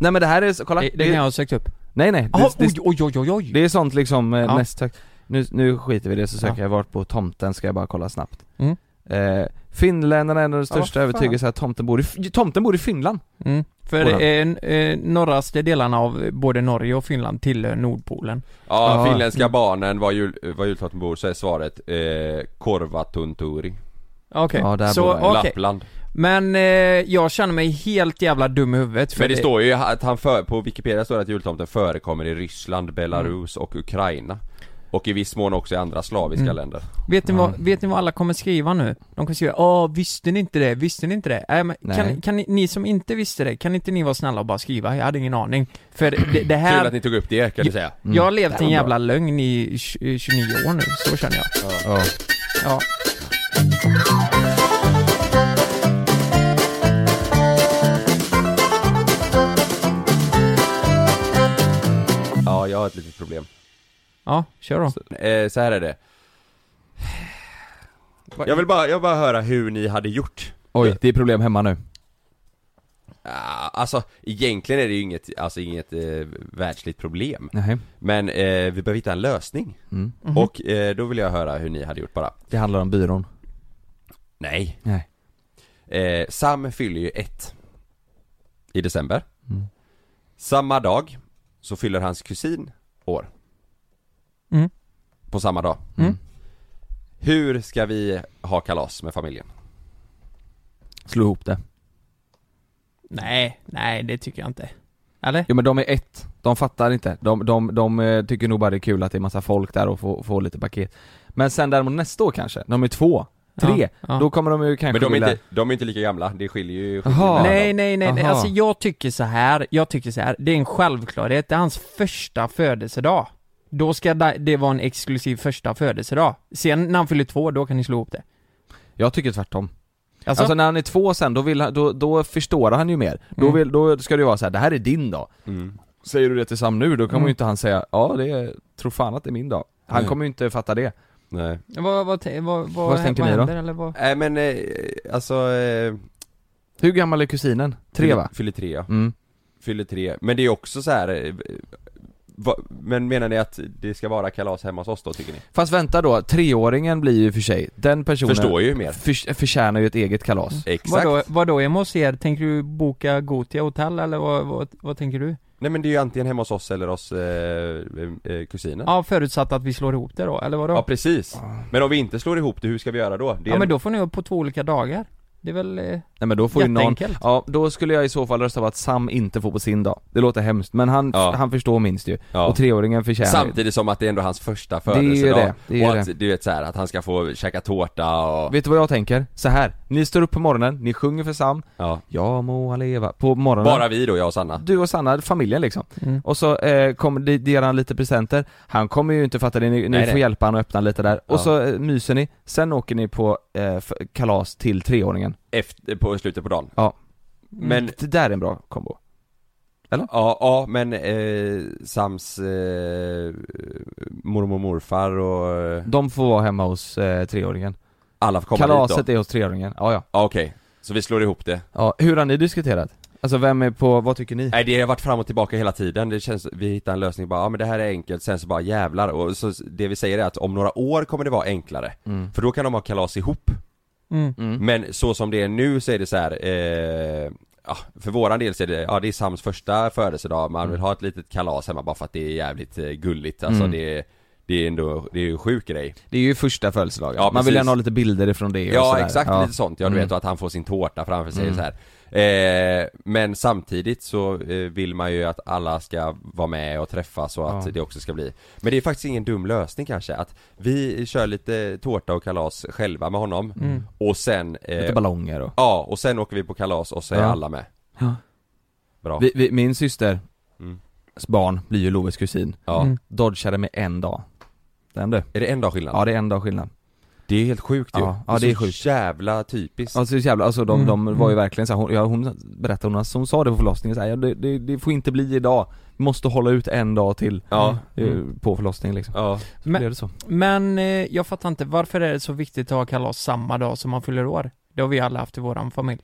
Speaker 2: Nej men det här är, så- kolla,
Speaker 3: Det, det kan jag ha sökt upp.
Speaker 2: nej nej, det,
Speaker 3: Jaha,
Speaker 2: det,
Speaker 3: oj, oj, oj, oj, oj.
Speaker 2: det är sånt liksom eh,
Speaker 3: Ja.
Speaker 2: näst högt nu, nu skiter vi i det så söker
Speaker 3: Ja.
Speaker 2: jag vart på tomten ska jag bara kolla snabbt
Speaker 3: Mm.
Speaker 2: eh, Finländarna är en av de
Speaker 3: Ja, vad
Speaker 2: största
Speaker 3: fan.
Speaker 2: övertygelserna att tomten bor i, tomten bor i Finland!
Speaker 3: Mm. För
Speaker 2: Kolla.
Speaker 3: eh, eh, norraste delarna av eh, både Norge och Finland tillhör Nordpolen.
Speaker 1: Ja,
Speaker 2: Ja.
Speaker 1: finländska barnen var, jul, var jultomten bor så är svaret eh, Korvatunturi.
Speaker 3: Okej,
Speaker 2: Ja, där bor
Speaker 3: så
Speaker 2: han.
Speaker 3: okej.
Speaker 1: Lappland.
Speaker 3: Men eh, jag känner mig helt jävla dum i huvudet. För
Speaker 1: Men det står ju att han för, på Wikipedia står det att jultomten förekommer i Ryssland, Belarus och Ukraina. Och i viss mån också i andra slaviska
Speaker 3: Mm.
Speaker 1: länder.
Speaker 3: Vet ni,
Speaker 2: Ja.
Speaker 3: vad, vet ni vad alla kommer skriva nu? De kommer skriva 'Åh, visste ni inte det? Visste ni inte det?' Äh, men
Speaker 2: Nej.
Speaker 3: kan, kan ni, ni som inte visste det, kan inte ni vara snälla och bara skriva? Jag hade ingen aning. För det, det
Speaker 1: Kul
Speaker 3: här,
Speaker 1: att ni tog upp det kan du säga.
Speaker 3: jag har levt i en
Speaker 2: Mm. Det var
Speaker 3: jävla lögn i tj- 29 år nu, så känner jag.
Speaker 2: Ja.
Speaker 3: Ja.
Speaker 1: Ja, jag har ett litet problem.
Speaker 3: Ja, kör då.
Speaker 1: Så, eh, så här är det. Jag vill bara, jag vill bara höra hur ni hade gjort.
Speaker 2: Oj, det är problem hemma nu.
Speaker 1: Ah, Alltså, egentligen är det ju inget, alltså inget eh, världsligt problem.
Speaker 2: Nej.
Speaker 1: Men eh, vi behöver hitta en lösning.
Speaker 2: Mm.
Speaker 3: Mhm.
Speaker 1: Och eh, då vill jag höra hur ni hade gjort bara.
Speaker 2: Det handlar om byrån.
Speaker 1: Nej.
Speaker 2: Nej.
Speaker 1: Eh, Sam fyller ju ett. I december.
Speaker 2: Mm.
Speaker 1: Samma dag så fyller hans kusin år.
Speaker 3: Mm.
Speaker 1: På samma dag.
Speaker 3: Mm.
Speaker 1: Hur ska vi ha kalas med familjen?
Speaker 2: Slå ihop det.
Speaker 3: Nej, nej det tycker jag inte. Eller?
Speaker 2: Jo men de är ett, de fattar inte. De, de, de eh, tycker nog bara det är kul att det är massa folk där och få, få lite paket. Men sen däremot nästa år kanske, de är två, tre,
Speaker 3: Ja, ja.
Speaker 2: då kommer de ju kanske
Speaker 1: Men de är
Speaker 2: vilja-
Speaker 1: inte, de är inte lika gamla, det skiljer ju
Speaker 2: Jaha.
Speaker 1: skiljer mellan
Speaker 3: Nej,
Speaker 1: dem.
Speaker 3: nej, nej, nej.
Speaker 2: Aha.
Speaker 3: Alltså jag tycker så här. jag tycker så här. det är en självklarhet, det är hans första födelsedag. Då ska da- det vara en exklusiv första födelsedag. Sen när han fyller två, då kan ni slå ihop det.
Speaker 2: Jag tycker tvärtom.
Speaker 3: Alltså,
Speaker 2: Alltså, när han är två sen, då, vill han, då, då förstår han ju mer. Då,
Speaker 3: Mm.
Speaker 2: vill, då ska det ju vara så här: det här är din dag.
Speaker 1: Mm.
Speaker 2: Säger du det till Sam nu, då kommer
Speaker 3: Mm.
Speaker 2: ju inte han säga ja det är, tror fan att det är min dag. Han
Speaker 1: Mm.
Speaker 2: kommer ju inte fatta det.
Speaker 1: nej.
Speaker 3: vad, vad, vad, vad,
Speaker 2: Vad tänker ni då?
Speaker 3: händer, eller vad?
Speaker 1: Nej men, eh, alltså... Eh,
Speaker 2: Hur gammal är kusinen? Tre va?
Speaker 1: fyller- Fyller tre ja.
Speaker 2: Mm.
Speaker 1: Fyller tre. Men det är också så här. eh, va, men menar ni att det ska vara kalas hemma hos oss då tycker ni?
Speaker 2: Fast vänta då, treåringen blir ju för sig, den personen
Speaker 1: Förstår ju mer. Mm.
Speaker 2: förs- förtjänar ju ett eget kalas.
Speaker 1: Exakt.
Speaker 3: Vadå, vadå hemma hos er? Tänker du boka Gotia hotell eller vad, vad, vad tänker du?
Speaker 1: Nej men det är ju antingen hemma hos oss eller hos eh, eh, kusinen.
Speaker 3: Ja, förutsatt att vi slår ihop det då, eller vadå?
Speaker 1: Ja, precis. Men om vi inte slår ihop det, hur ska vi göra då? Det är
Speaker 3: Ja men då får ni upp på två olika dagar. Det är väl... eh,
Speaker 2: Nej men då får ju någon,
Speaker 3: Jätteenkelt.
Speaker 2: ja då skulle jag i så fall rösta på att Sam inte får på sin dag. Det låter hemskt men han,
Speaker 1: Ja.
Speaker 2: han förstår minst ju.
Speaker 1: Ja.
Speaker 2: Och treåringen förtjänar ju.
Speaker 1: Samtidigt som att det är ändå hans första
Speaker 2: är ju
Speaker 1: födelsedag.
Speaker 2: det, det är ju
Speaker 1: och att, du vet så här, att han ska få käka tårta och...
Speaker 2: Vet du vad jag tänker? Så här. ni står upp på morgonen, ni sjunger för Sam,
Speaker 1: Ja.
Speaker 2: ja må han leva, på morgonen.
Speaker 1: Bara vi då, jag och Sanna.
Speaker 2: Du och Sanna, familjen liksom.
Speaker 3: Mm.
Speaker 2: Och så eh, kommer, det, det ger han lite presenter, han kommer ju inte fatta det, ni, ni
Speaker 1: Nej,
Speaker 2: får
Speaker 1: nej.
Speaker 2: hjälpa han att öppna lite där.
Speaker 1: Ja.
Speaker 2: Och så eh, myser ni, sen åker ni på eh, f- kalas till treåringen.
Speaker 1: Efter, på slutet på dagen.
Speaker 2: Ja.
Speaker 1: Men,
Speaker 2: Det där är en bra kombo.
Speaker 1: ja, ja men eh, Sams eh, mormor och morfar och eh,
Speaker 2: De får vara hemma hos eh, treåringen.
Speaker 1: alla får komma hit
Speaker 2: Kalaset
Speaker 1: då.
Speaker 2: är hos treåringen, ja ja.
Speaker 1: Ja, okej. Så vi slår ihop det.
Speaker 2: Ja, hur har ni diskuterat? Alltså vem är på, vad tycker ni?
Speaker 1: Nej det har varit fram och tillbaka hela tiden, det känns, vi hittar en lösning bara, ja men det här är enkelt, sen så bara jävlar och så det vi säger är att om några år kommer det vara enklare
Speaker 2: Mm.
Speaker 1: För då kan de ha kalas ihop,
Speaker 3: Mm.
Speaker 1: men så som det är nu så är det så här. Eh, ja, för våran del så är det, ja det är Sams första födelsedag, man vill ha ett litet kalas hemma bara för att det är jävligt eh, gulligt, alltså
Speaker 2: Mm.
Speaker 1: det, det är ändå, det är ju en sjuk grej
Speaker 2: Det är ju första födelsedagen,
Speaker 1: Ja,
Speaker 2: man vill
Speaker 1: precis.
Speaker 2: gärna ha lite bilder ifrån det och
Speaker 1: Ja
Speaker 2: sådär.
Speaker 1: exakt, lite sånt ja du
Speaker 2: Mm.
Speaker 1: vet och att han får sin tårta framför sig
Speaker 2: Mm.
Speaker 1: så här. Eh, men samtidigt så eh, vill man ju att alla ska vara med och träffas och att
Speaker 2: Ja.
Speaker 1: det också ska bli Men det är faktiskt ingen dum lösning kanske att vi kör lite tårta och kalas själva med honom
Speaker 3: Mm.
Speaker 1: och sen
Speaker 2: Lite
Speaker 1: eh,
Speaker 2: ballonger och...
Speaker 1: Ja och sen åker vi på kalas och så är
Speaker 2: Ja.
Speaker 1: alla med
Speaker 2: Ja.
Speaker 1: Bra
Speaker 2: Vi, vi, min systers
Speaker 1: Mm.
Speaker 2: barn blir ju Loves kusin,
Speaker 1: Ja,
Speaker 3: Mm.
Speaker 2: dodgade med en dag. Den du.
Speaker 1: är det en dag skillnad?
Speaker 2: Ja det är en dag skillnad.
Speaker 1: Det är helt sjukt ju
Speaker 2: Ja, ja, det är
Speaker 1: så
Speaker 2: sjukt.
Speaker 1: jävla typiskt
Speaker 2: Alltså jävla, alltså de,
Speaker 3: Mm,
Speaker 2: de var ju
Speaker 3: mm.
Speaker 2: verkligen så här, hon, ja, hon berättade, hon, hon sa det på förlossningen så här, ja, det, det, det får inte bli idag, vi måste hålla ut en dag till
Speaker 1: Ja,
Speaker 2: eh, på förlossningen liksom.
Speaker 1: ja
Speaker 2: Så
Speaker 3: Men-
Speaker 2: blev det så.
Speaker 3: Men eh, jag fattar inte, varför är det så viktigt att ha kalas samma dag som man fyller år? Det har vi alla haft i våran familj.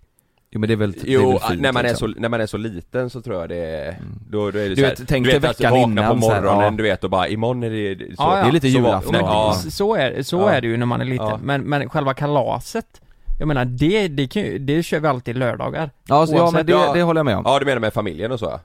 Speaker 2: Jo men det är väl, det är
Speaker 1: Jo, ah,
Speaker 2: väl fint,
Speaker 1: när man, är
Speaker 2: liksom. Mm.
Speaker 1: så, när man är så liten så tror jag det är, då, då är det
Speaker 2: Du
Speaker 1: så här,
Speaker 2: vet, tänk dig
Speaker 1: alltså,
Speaker 2: veckan
Speaker 1: vakna på
Speaker 2: innan så här,
Speaker 1: morgonen
Speaker 2: ja.
Speaker 1: du vet och bara imorgon är det så.
Speaker 3: Ja, ja. Det är
Speaker 2: lite
Speaker 1: Så vaknar-
Speaker 2: julafton.
Speaker 3: Men,
Speaker 1: Ja,
Speaker 3: s- så är, så
Speaker 1: Ja.
Speaker 3: är det ju när man är liten,
Speaker 1: Ja.
Speaker 3: men, men själva kalaset Jag menar det, det, kan, ju- det kör vi alltid lördagar
Speaker 2: Ja, så, ja men
Speaker 3: Oavsett-
Speaker 2: det,
Speaker 1: Ja.
Speaker 2: det håller jag med om.
Speaker 1: ja du menar med familjen och så ja.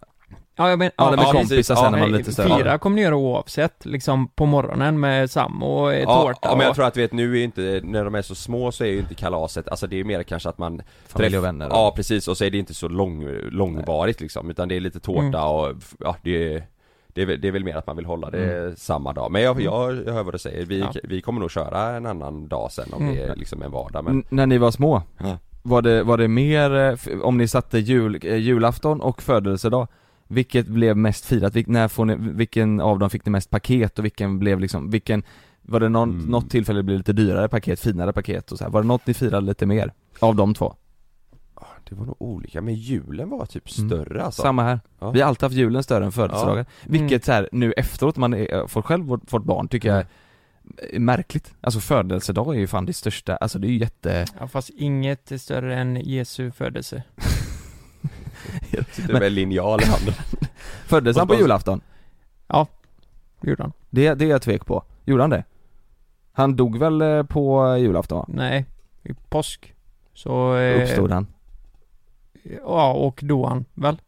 Speaker 3: Ja jag menar,
Speaker 2: Ja, med
Speaker 1: ja, precis.
Speaker 2: kompisar sen
Speaker 1: Ja,
Speaker 2: när man är
Speaker 3: nej,
Speaker 2: lite större.
Speaker 3: Fyra kommer ni göra oavsett, liksom på morgonen med Sam och eh,
Speaker 1: ja,
Speaker 3: tårta
Speaker 1: ja men jag
Speaker 3: och-
Speaker 1: tror att du vet nu är ju inte, när de är så små så är ju inte kalaset, alltså det är ju mer kanske att man
Speaker 2: Familj
Speaker 1: träff-
Speaker 2: och vänner.
Speaker 1: Ja precis och så är det inte så lång, långvarigt liksom utan det är lite tårta och f- ja det är det, är, väl- det är väl mer att man vill hålla det
Speaker 2: Mm.
Speaker 1: samma dag. Men jag, jag, jag hör vad du säger, vi,
Speaker 3: Ja.
Speaker 1: vi kommer nog köra en annan dag sen om
Speaker 3: Mm.
Speaker 1: det är liksom en vardag men
Speaker 2: N- när ni var små?
Speaker 1: Ja.
Speaker 2: Var det, var det mer, eh, f- om ni satte jul, eh, julafton och födelsedag, vilket blev mest firat? Vil, när får ni, vilken av dem fick ni mest paket och vilken blev liksom, vilken, var det någon,
Speaker 1: Mm.
Speaker 2: något tillfälle det blev lite dyrare paket, finare paket och så här? Var det något ni firade lite mer? Av de två?
Speaker 1: det var nog olika, men julen var typ
Speaker 2: Mm.
Speaker 1: större alltså.
Speaker 2: Samma här.
Speaker 1: Ja.
Speaker 2: Vi har alltid haft julen större än födelsedagar. Vilket
Speaker 3: Mm.
Speaker 2: så här, nu efteråt, man är, eh, får själv vårt, vårt barn, tycker jag
Speaker 1: Mm.
Speaker 2: är märkligt. Alltså födelsedag är ju fan det största, alltså det är ju jätte...
Speaker 3: Ja, fast inget är större än Jesu födelse.
Speaker 1: Sitter
Speaker 2: men-
Speaker 1: med Typ linjal i
Speaker 2: *laughs*
Speaker 1: handen.
Speaker 2: Föddes han på
Speaker 1: Hoppas-
Speaker 2: julafton?
Speaker 3: Gjorde han?
Speaker 2: Det, det är jag tvek på. Gjorde han det? Han dog väl eh, på julafton va?
Speaker 3: Nej, i påsk. Så... eh,
Speaker 1: Eh,
Speaker 2: Uppstod han?
Speaker 3: Ja, och doan väl?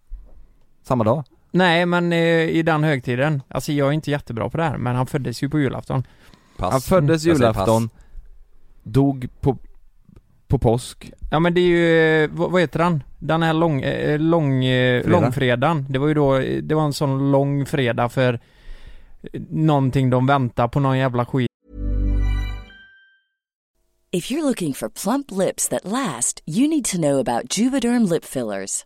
Speaker 2: Samma dag?
Speaker 3: Nej, men eh, i den högtiden. Alltså jag är inte jättebra på det här, men han föddes ju på julafton.
Speaker 1: Pass.
Speaker 2: Han föddes
Speaker 1: Jag säger pass.
Speaker 2: julafton, dog på, på påsk.
Speaker 3: Ja men det är ju, eh, vad, vad heter han? Den här lång, eh, lång, eh,
Speaker 2: Fredag.
Speaker 3: långfredagen. Det var ju då, eh, det var en sån lång fredag för eh, någonting de väntar på någon jävla skit.
Speaker 7: If you're looking for plump lips that last, you need to know about Juvederm lip fillers.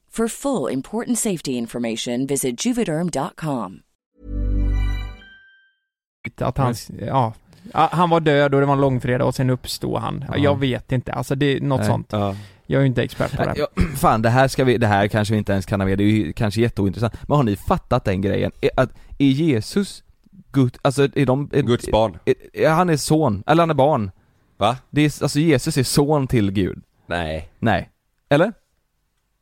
Speaker 7: For full important safety information, visit juvederm.com.
Speaker 3: Att han, ja. Ja, Han var död och det var en långfredag och sen uppstod han. Ja,
Speaker 2: Ja.
Speaker 3: Jag vet inte, alltså det är något
Speaker 2: Nej.
Speaker 3: sånt.
Speaker 1: Ja.
Speaker 3: Jag är ju inte expert på det.
Speaker 2: Ja, Eh, *clears throat* fan det här ska vi, det här kanske vi inte ens kan ha med, det är ju kanske jätteointressant. Men har ni fattat den grejen? Är, att, är Jesus Gud, alltså är de... Är,
Speaker 1: Guds barn.
Speaker 2: är, är, han är son, eller han är barn.
Speaker 1: Va?
Speaker 2: Det är, alltså Jesus är son till Gud.
Speaker 1: Nej.
Speaker 2: Nej. Eller?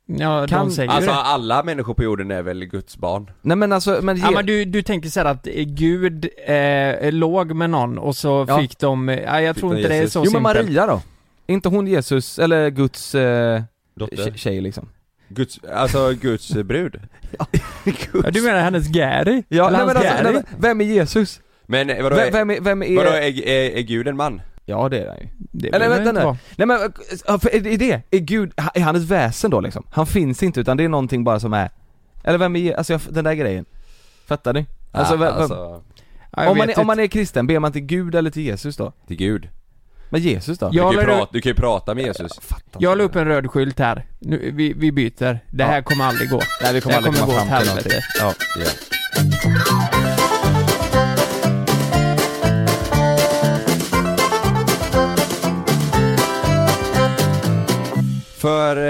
Speaker 3: Ja, de
Speaker 2: Kan-
Speaker 3: säger
Speaker 1: Alltså
Speaker 3: det.
Speaker 1: alla människor på jorden är väl Guds barn?
Speaker 2: Nej men alltså, men,
Speaker 3: Ja
Speaker 2: Je-
Speaker 3: men du, du tänker såhär att eh, Gud eh, är låg med någon och så
Speaker 2: Ja.
Speaker 3: fick de, eh, ja, jag
Speaker 1: Fick
Speaker 3: tror
Speaker 1: de
Speaker 3: inte det är
Speaker 1: Jesus.
Speaker 3: så
Speaker 2: Jo men
Speaker 3: simpelt.
Speaker 2: Maria då? Är inte hon Jesus, eller Guds eh, tje-
Speaker 1: Dotter?
Speaker 2: tjej liksom?
Speaker 1: Guds, alltså
Speaker 2: *laughs*
Speaker 1: Guds brud?
Speaker 3: Ja, du menar hennes Gary?
Speaker 2: Ja,
Speaker 3: Eller
Speaker 2: nej,
Speaker 3: hans
Speaker 2: men alltså, nej,
Speaker 3: Gary?
Speaker 2: men vem är Jesus?
Speaker 1: Men eh, vadå,
Speaker 2: Vem,
Speaker 1: är,
Speaker 2: vem, är, vem är...
Speaker 1: vadå är, är, är Gud en man?
Speaker 2: Ja det är han ju.
Speaker 3: Det
Speaker 2: Eller
Speaker 3: behöver
Speaker 2: vänta
Speaker 3: inte
Speaker 2: nu.
Speaker 3: vara.
Speaker 2: Nej men, ja, för är det- är det, är Gud, är han ett väsen då liksom? Han finns inte utan det är någonting bara som är, eller vem är, alltså jag, den där grejen. Fattar ni? Alltså, vem,
Speaker 1: ah,
Speaker 2: vem,
Speaker 1: alltså
Speaker 3: Ja, jag
Speaker 2: om, man är,
Speaker 3: vet
Speaker 2: om
Speaker 3: inte.
Speaker 2: man är kristen, ber man till Gud eller till Jesus då?
Speaker 1: till Gud.
Speaker 2: Men Jesus då?
Speaker 1: Du
Speaker 3: Jag
Speaker 1: kan, ju
Speaker 3: la
Speaker 1: prata, du kan ju prata med Jesus.
Speaker 2: fattar
Speaker 3: Jag la upp
Speaker 2: inte.
Speaker 3: en röd skylt här. Nu, vi, vi byter. Det här kommer aldrig gå.
Speaker 2: Nej vi kommer
Speaker 3: Jag
Speaker 2: aldrig
Speaker 3: kommer
Speaker 2: komma
Speaker 3: gå åt
Speaker 2: fram till
Speaker 3: helvete.
Speaker 2: någonting. Ja.
Speaker 1: Ja. För, eh,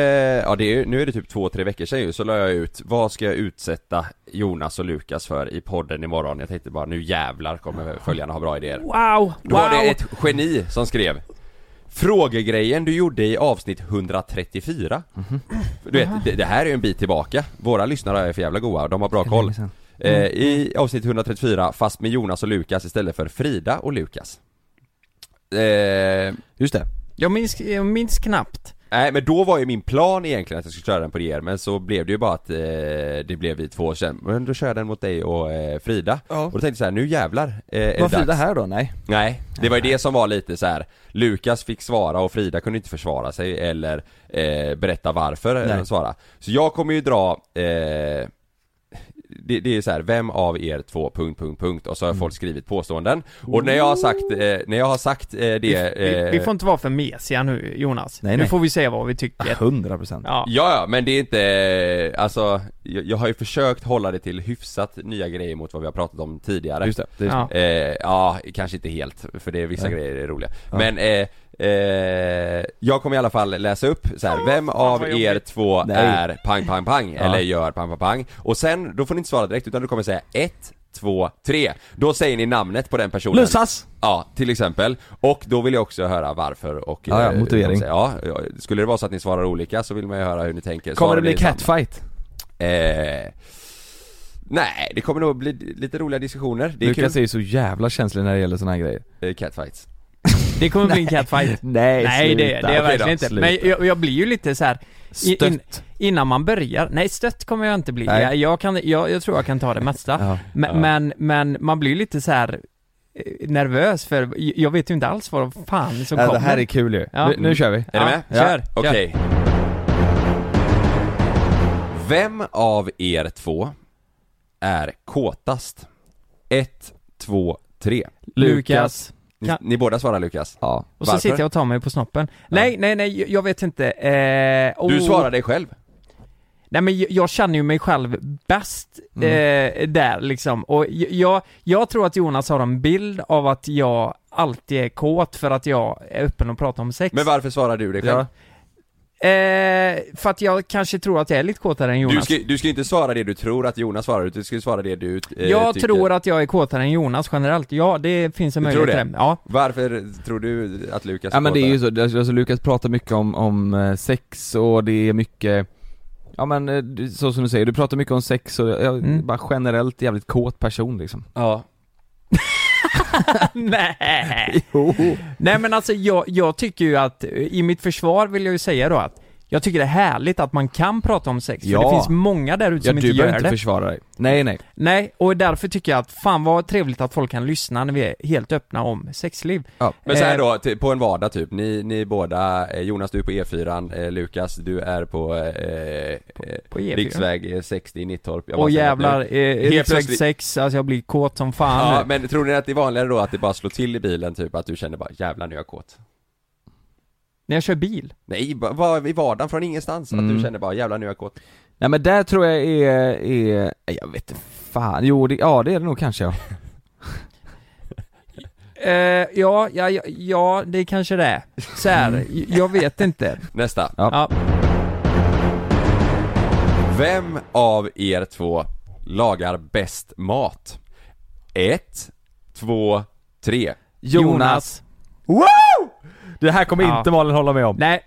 Speaker 1: ja det är, ju- nu är det typ två, tre veckor sedan ju, så la jag ut Vad ska jag utsätta Jonas och Lukas för i podden imorgon? Jag tänkte bara nu jävlar kommer följarna ha bra idéer
Speaker 3: Wow,
Speaker 1: Då var det
Speaker 3: wow!
Speaker 1: ett geni som skrev Frågegrejen du gjorde i avsnitt 134
Speaker 2: Mhm.
Speaker 1: Du vet, det, det här är ju en bit tillbaka Våra lyssnare är för jävla goa, de har bra koll eh,
Speaker 2: Mm.
Speaker 1: I avsnitt 134, fast med Jonas och Lukas istället för Frida och Lukas eh,
Speaker 2: Just det.
Speaker 3: Jag minns, jag minns knappt.
Speaker 1: Nej men då var ju min plan egentligen att jag skulle köra den på er men så blev det ju bara att eh, det blev vi två sen Men då kör jag den mot dig och eh, Frida
Speaker 2: Ja.
Speaker 1: Och då tänkte jag så här, nu jävlar eh, är det
Speaker 2: Var Frida
Speaker 1: dags.
Speaker 2: här då? Nej.
Speaker 1: Nej, det var ju det som var lite så här. Lukas fick svara och Frida kunde inte försvara sig eller eh, berätta varför eller
Speaker 2: Nej.
Speaker 1: svara. Så jag kommer ju dra eh, det, det är så här, vem av er två punkt, punkt, punkt och så
Speaker 3: Mm.
Speaker 1: har folk skrivit påståenden och när jag har sagt, eh, när jag har sagt eh, det
Speaker 3: Vi,
Speaker 1: eh,
Speaker 3: vi får inte vara för mesiga nu, Jonas.
Speaker 2: Nej,
Speaker 3: nu
Speaker 2: nej. *laughs*
Speaker 3: får vi säga vad vi tycker.
Speaker 2: 100% procent.
Speaker 3: Ja.
Speaker 1: Ja, ja, men det är inte, eh, alltså jag, jag har ju försökt hålla det till hyfsat nya grejer mot vad vi har pratat om tidigare
Speaker 2: Just det, det är
Speaker 3: Ja.
Speaker 1: Eh, ja, kanske inte helt, för det är vissa
Speaker 2: Nej.
Speaker 1: grejer är roliga.
Speaker 2: Ja.
Speaker 1: Men eh, eh, jag kommer i alla fall läsa upp så här. vem av
Speaker 3: vad
Speaker 1: er
Speaker 3: jobbigt.
Speaker 1: två
Speaker 2: Nej.
Speaker 1: är pang pang pang,
Speaker 2: Ja.
Speaker 1: eller gör pang pang pang. Och sen, då får ni inte svara direkt utan du kommer säga ett, två, tre. Då säger ni namnet på den personen.
Speaker 2: Lusas!
Speaker 1: Ja, till exempel. Och då vill jag också höra varför och...
Speaker 2: Ja, ja,
Speaker 1: eh,
Speaker 2: motivering.
Speaker 1: Ja, ja, skulle det vara så att ni svarar olika så vill man ju höra hur ni tänker.
Speaker 2: Kommer
Speaker 1: Svarar
Speaker 2: det bli
Speaker 1: ni samma?
Speaker 2: catfight?
Speaker 1: Eh, nej, det kommer nog bli lite roliga diskussioner. Det är
Speaker 2: Lukas
Speaker 1: kul.
Speaker 2: är ju så jävla känslig när det gäller såna här grejer
Speaker 1: Eh, Catfights.
Speaker 3: Det kommer bli en catfight.
Speaker 2: *laughs* Nej,
Speaker 3: Nej det, det är
Speaker 2: sluta.
Speaker 3: jag verkligen inte.
Speaker 2: Sluta.
Speaker 3: Men jag, jag blir ju lite så här i-
Speaker 2: Stött
Speaker 3: in- innan man börjar. Nej stött kommer jag inte bli.
Speaker 2: Nej.
Speaker 3: Jag, jag, kan, jag, jag tror jag kan ta det mesta.
Speaker 2: ja.
Speaker 3: Men,
Speaker 1: Ja.
Speaker 3: men, men man blir ju lite så här eh, nervös för jag vet ju inte alls vad fan som
Speaker 2: Ja,
Speaker 3: kommer.
Speaker 2: Äh, det här är kul ju,
Speaker 3: Ja. Mm.
Speaker 2: nu, nu kör vi!
Speaker 1: Är
Speaker 3: Ja,
Speaker 1: du med?
Speaker 3: kör, kör.
Speaker 1: Okej. Vem av er två är kåtast? Ett, två, tre.
Speaker 3: Lukas.
Speaker 1: Ni,
Speaker 3: Kan-
Speaker 1: ni båda svarar Lukas.
Speaker 2: Ja,
Speaker 3: Och så
Speaker 1: Varför?
Speaker 3: sitter jag och tar mig på snoppen. Nej, nej, nej, jag- jag vet inte. Eh,
Speaker 1: Du
Speaker 3: oh.
Speaker 1: svarar dig själv.
Speaker 3: Nej men jag, jag känner ju mig själv bäst
Speaker 1: Mm.
Speaker 3: eh, där liksom. Och j- jag, jag tror att Jonas har en bild av att jag alltid är kåt för att jag är öppen och pratar om sex.
Speaker 1: Men varför svarar du dig själv?
Speaker 3: eh, för att jag kanske tror att jag är lite kåtare än Jonas.
Speaker 1: Du, ska, eh, du ska inte svara det du tror att Jonas svarar, utan du ska svara det du eh,
Speaker 3: jag
Speaker 1: tycker.
Speaker 3: tror att jag är kåtare än Jonas generellt. Ja, det finns en
Speaker 1: Du tror
Speaker 3: möjlighet
Speaker 1: det?
Speaker 3: till det. Ja.
Speaker 1: Varför tror du att Lukas
Speaker 2: Ja men det är
Speaker 1: kåtare?
Speaker 2: ju så, det- alltså Lukas pratar mycket om, om eh, sex och det är mycket Ja men eh, du- så som du säger, du pratar mycket om sex och jag,
Speaker 3: Mm.
Speaker 2: bara generellt jävligt kåt person liksom
Speaker 1: Ja.
Speaker 3: *laughs* Nej. Nej men alltså jag, jag tycker ju att, eh, i mitt försvar vill jag ju säga då att jag tycker det är härligt att man kan prata om sex,
Speaker 2: Ja.
Speaker 3: för det finns många där ute
Speaker 2: Ja
Speaker 3: som
Speaker 2: du
Speaker 3: inte
Speaker 2: behöver
Speaker 3: gör
Speaker 2: inte
Speaker 3: det.
Speaker 2: försvara dig Nej nej,
Speaker 3: Nej, och därför tycker jag att fan vad trevligt att folk kan lyssna när vi är helt öppna om sexliv.
Speaker 2: ja.
Speaker 1: Men så här
Speaker 3: Eh,
Speaker 1: då, ty- på en vardag typ, ni, ni båda, eh, Jonas du är på E4, eh, Lukas du är på, eh, eh,
Speaker 3: På E4.
Speaker 1: riksväg eh, 60 i Nittorp Jag bara
Speaker 3: Och
Speaker 1: säger något nu.
Speaker 3: jävlar, eh, riksväg
Speaker 1: plötsligt-
Speaker 3: 6, alltså jag blir kåt som fan
Speaker 1: Ja
Speaker 3: nu.
Speaker 1: men tror ni att det är vanligare då att det bara slår till i bilen typ, att du känner bara 'jävlar nu är jag kåt'
Speaker 3: När jag kör bil.
Speaker 1: Nej, ba- bara i vardagen från ingenstans, att
Speaker 2: Mm.
Speaker 1: du känner bara 'jävlar nu är jag kåt'
Speaker 2: Nej men där tror jag är, är nej, jag vet inte fan, jo det, ja det är det nog kanske ja
Speaker 3: Eh, ja, ja, ja, ja, det kanske det är. Så här,
Speaker 1: *laughs*
Speaker 3: j- jag vet inte.
Speaker 1: Nästa,
Speaker 2: Ja.
Speaker 3: Ja,
Speaker 1: vem av er två lagar bäst mat? Ett, två, tre
Speaker 2: Det här kommer
Speaker 3: Ja.
Speaker 2: inte Malin hålla med om
Speaker 3: Nej,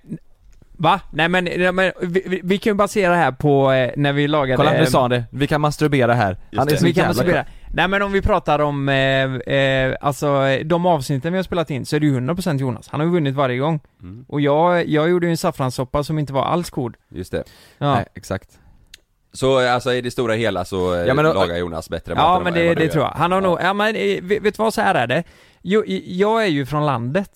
Speaker 3: va? Nej men, nej, men vi, vi, vi kan ju basera det här på eh, när vi lagade...
Speaker 2: Kolla nu sa han det, vi kan masturbera här Han är
Speaker 1: det.
Speaker 2: så
Speaker 3: vi kan
Speaker 2: jävla
Speaker 3: masturbera. Nej men om vi pratar om, eh, eh, alltså eh, de avsnitten vi har spelat in så är det ju 100% Jonas. Han har ju vunnit varje gång.
Speaker 1: Mm.
Speaker 3: Och jag, jag gjorde ju en saffranssoppa som inte var alls god.
Speaker 1: Just det
Speaker 3: Ja,
Speaker 2: Nej, exakt
Speaker 1: Så eh, alltså i det stora hela så eh,
Speaker 2: Ja, men då-
Speaker 1: lagar Jonas bättre mat
Speaker 3: ja
Speaker 1: än
Speaker 3: men
Speaker 1: vad-
Speaker 3: det,
Speaker 1: vad du
Speaker 3: det
Speaker 1: gör.
Speaker 3: tror jag. Han har
Speaker 1: Ja.
Speaker 3: nog, ja men eh, vet vet du vad, så här är det. Jo, i- jag är ju från landet.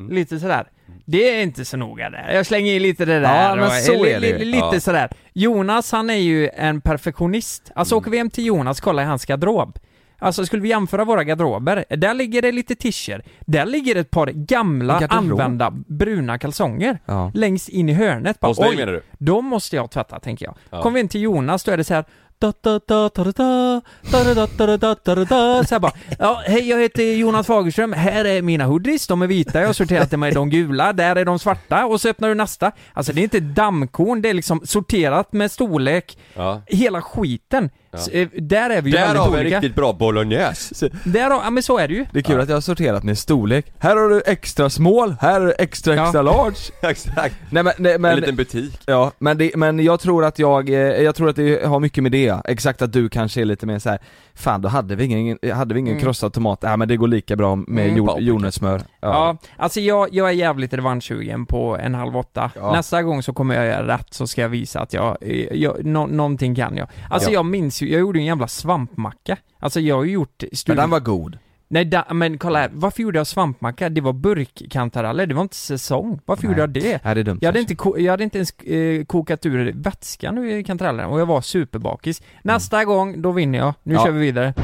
Speaker 1: Mm.
Speaker 3: Lite sådär. Det är inte så noga där. Jag slänger in lite det där
Speaker 2: Ja, men
Speaker 3: och,
Speaker 2: så
Speaker 3: li-
Speaker 2: är det ju.
Speaker 3: li- Lite
Speaker 1: Ja.
Speaker 3: sådär. Jonas han är ju en perfektionist. Alltså åker vi hem till Jonas, kolla i hans garderob. Alltså skulle vi jämföra våra garderober, där ligger det lite tischer. Där ligger ett par
Speaker 2: En
Speaker 3: gamla
Speaker 2: garderob?
Speaker 3: använda bruna kalsonger.
Speaker 2: Ja
Speaker 3: Längst in i hörnet. Bara,
Speaker 1: Hos dig
Speaker 3: oj,
Speaker 1: menar du?
Speaker 3: de måste jag tvätta, tänker jag.
Speaker 1: Ja.
Speaker 3: Kommer vi in till Jonas, då är det så här da, da, da, da, da, da, da, da, da, da, da, da, da, da. Så här bara, ja, hej jag heter Jonas Fagerström, här är mina hoodies, de är vita, jag har sorterat dem i de gula, där är de svarta och så öppnar du nästa. Alltså det är inte dammkorn, det är liksom sorterat med storlek,
Speaker 1: Ja.
Speaker 3: hela skiten. Så, eh, där är vi ju
Speaker 1: Där
Speaker 3: väldigt
Speaker 1: har vi en
Speaker 3: olika.
Speaker 1: riktigt bra bolognese! *laughs*
Speaker 3: Därav, ja men så är det ju.
Speaker 2: Det är kul att jag har sorterat med storlek. Här har du extra small, här är du extra
Speaker 3: Ja.
Speaker 2: extra large.
Speaker 1: Exakt!
Speaker 2: Nej men, nej,
Speaker 1: En
Speaker 2: men
Speaker 1: liten butik.
Speaker 2: ja, men, det, men jag tror att jag, eh, jag tror att det har mycket med det ja. Exakt att du kanske är lite mer så här. fan då hade vi ingen, hade vi ingen
Speaker 3: Mm.
Speaker 2: krossad tomat, ja men det går lika bra med
Speaker 3: Mm.
Speaker 2: jord,
Speaker 1: Paprika.
Speaker 2: jordnötssmör.
Speaker 3: Ja, alltså jag, jag är jävligt revanschsugen på en halv åtta.
Speaker 2: Ja.
Speaker 3: Nästa gång så kommer jag göra rätt så ska jag visa att jag, eh, jag nå- någonting kan jag. Alltså
Speaker 2: Ja.
Speaker 3: jag minns ju, jag gjorde en jävla svampmacka. Alltså jag har ju gjort
Speaker 2: Men
Speaker 3: studier.
Speaker 2: den var god.
Speaker 3: Nej da, men kolla här, varför gjorde jag svampmacka? Det var burkkantareller, det var inte säsong. Varför
Speaker 2: Nej.
Speaker 3: gjorde jag det?
Speaker 2: Ja det är dumt.
Speaker 3: Jag hade, inte ko- jag hade inte ens eh, kokat ur vätskan ur kantarellerna och jag var superbakis. Nästa gång, då vinner jag. Nu
Speaker 2: Mm. Ja.
Speaker 3: kör vi vidare.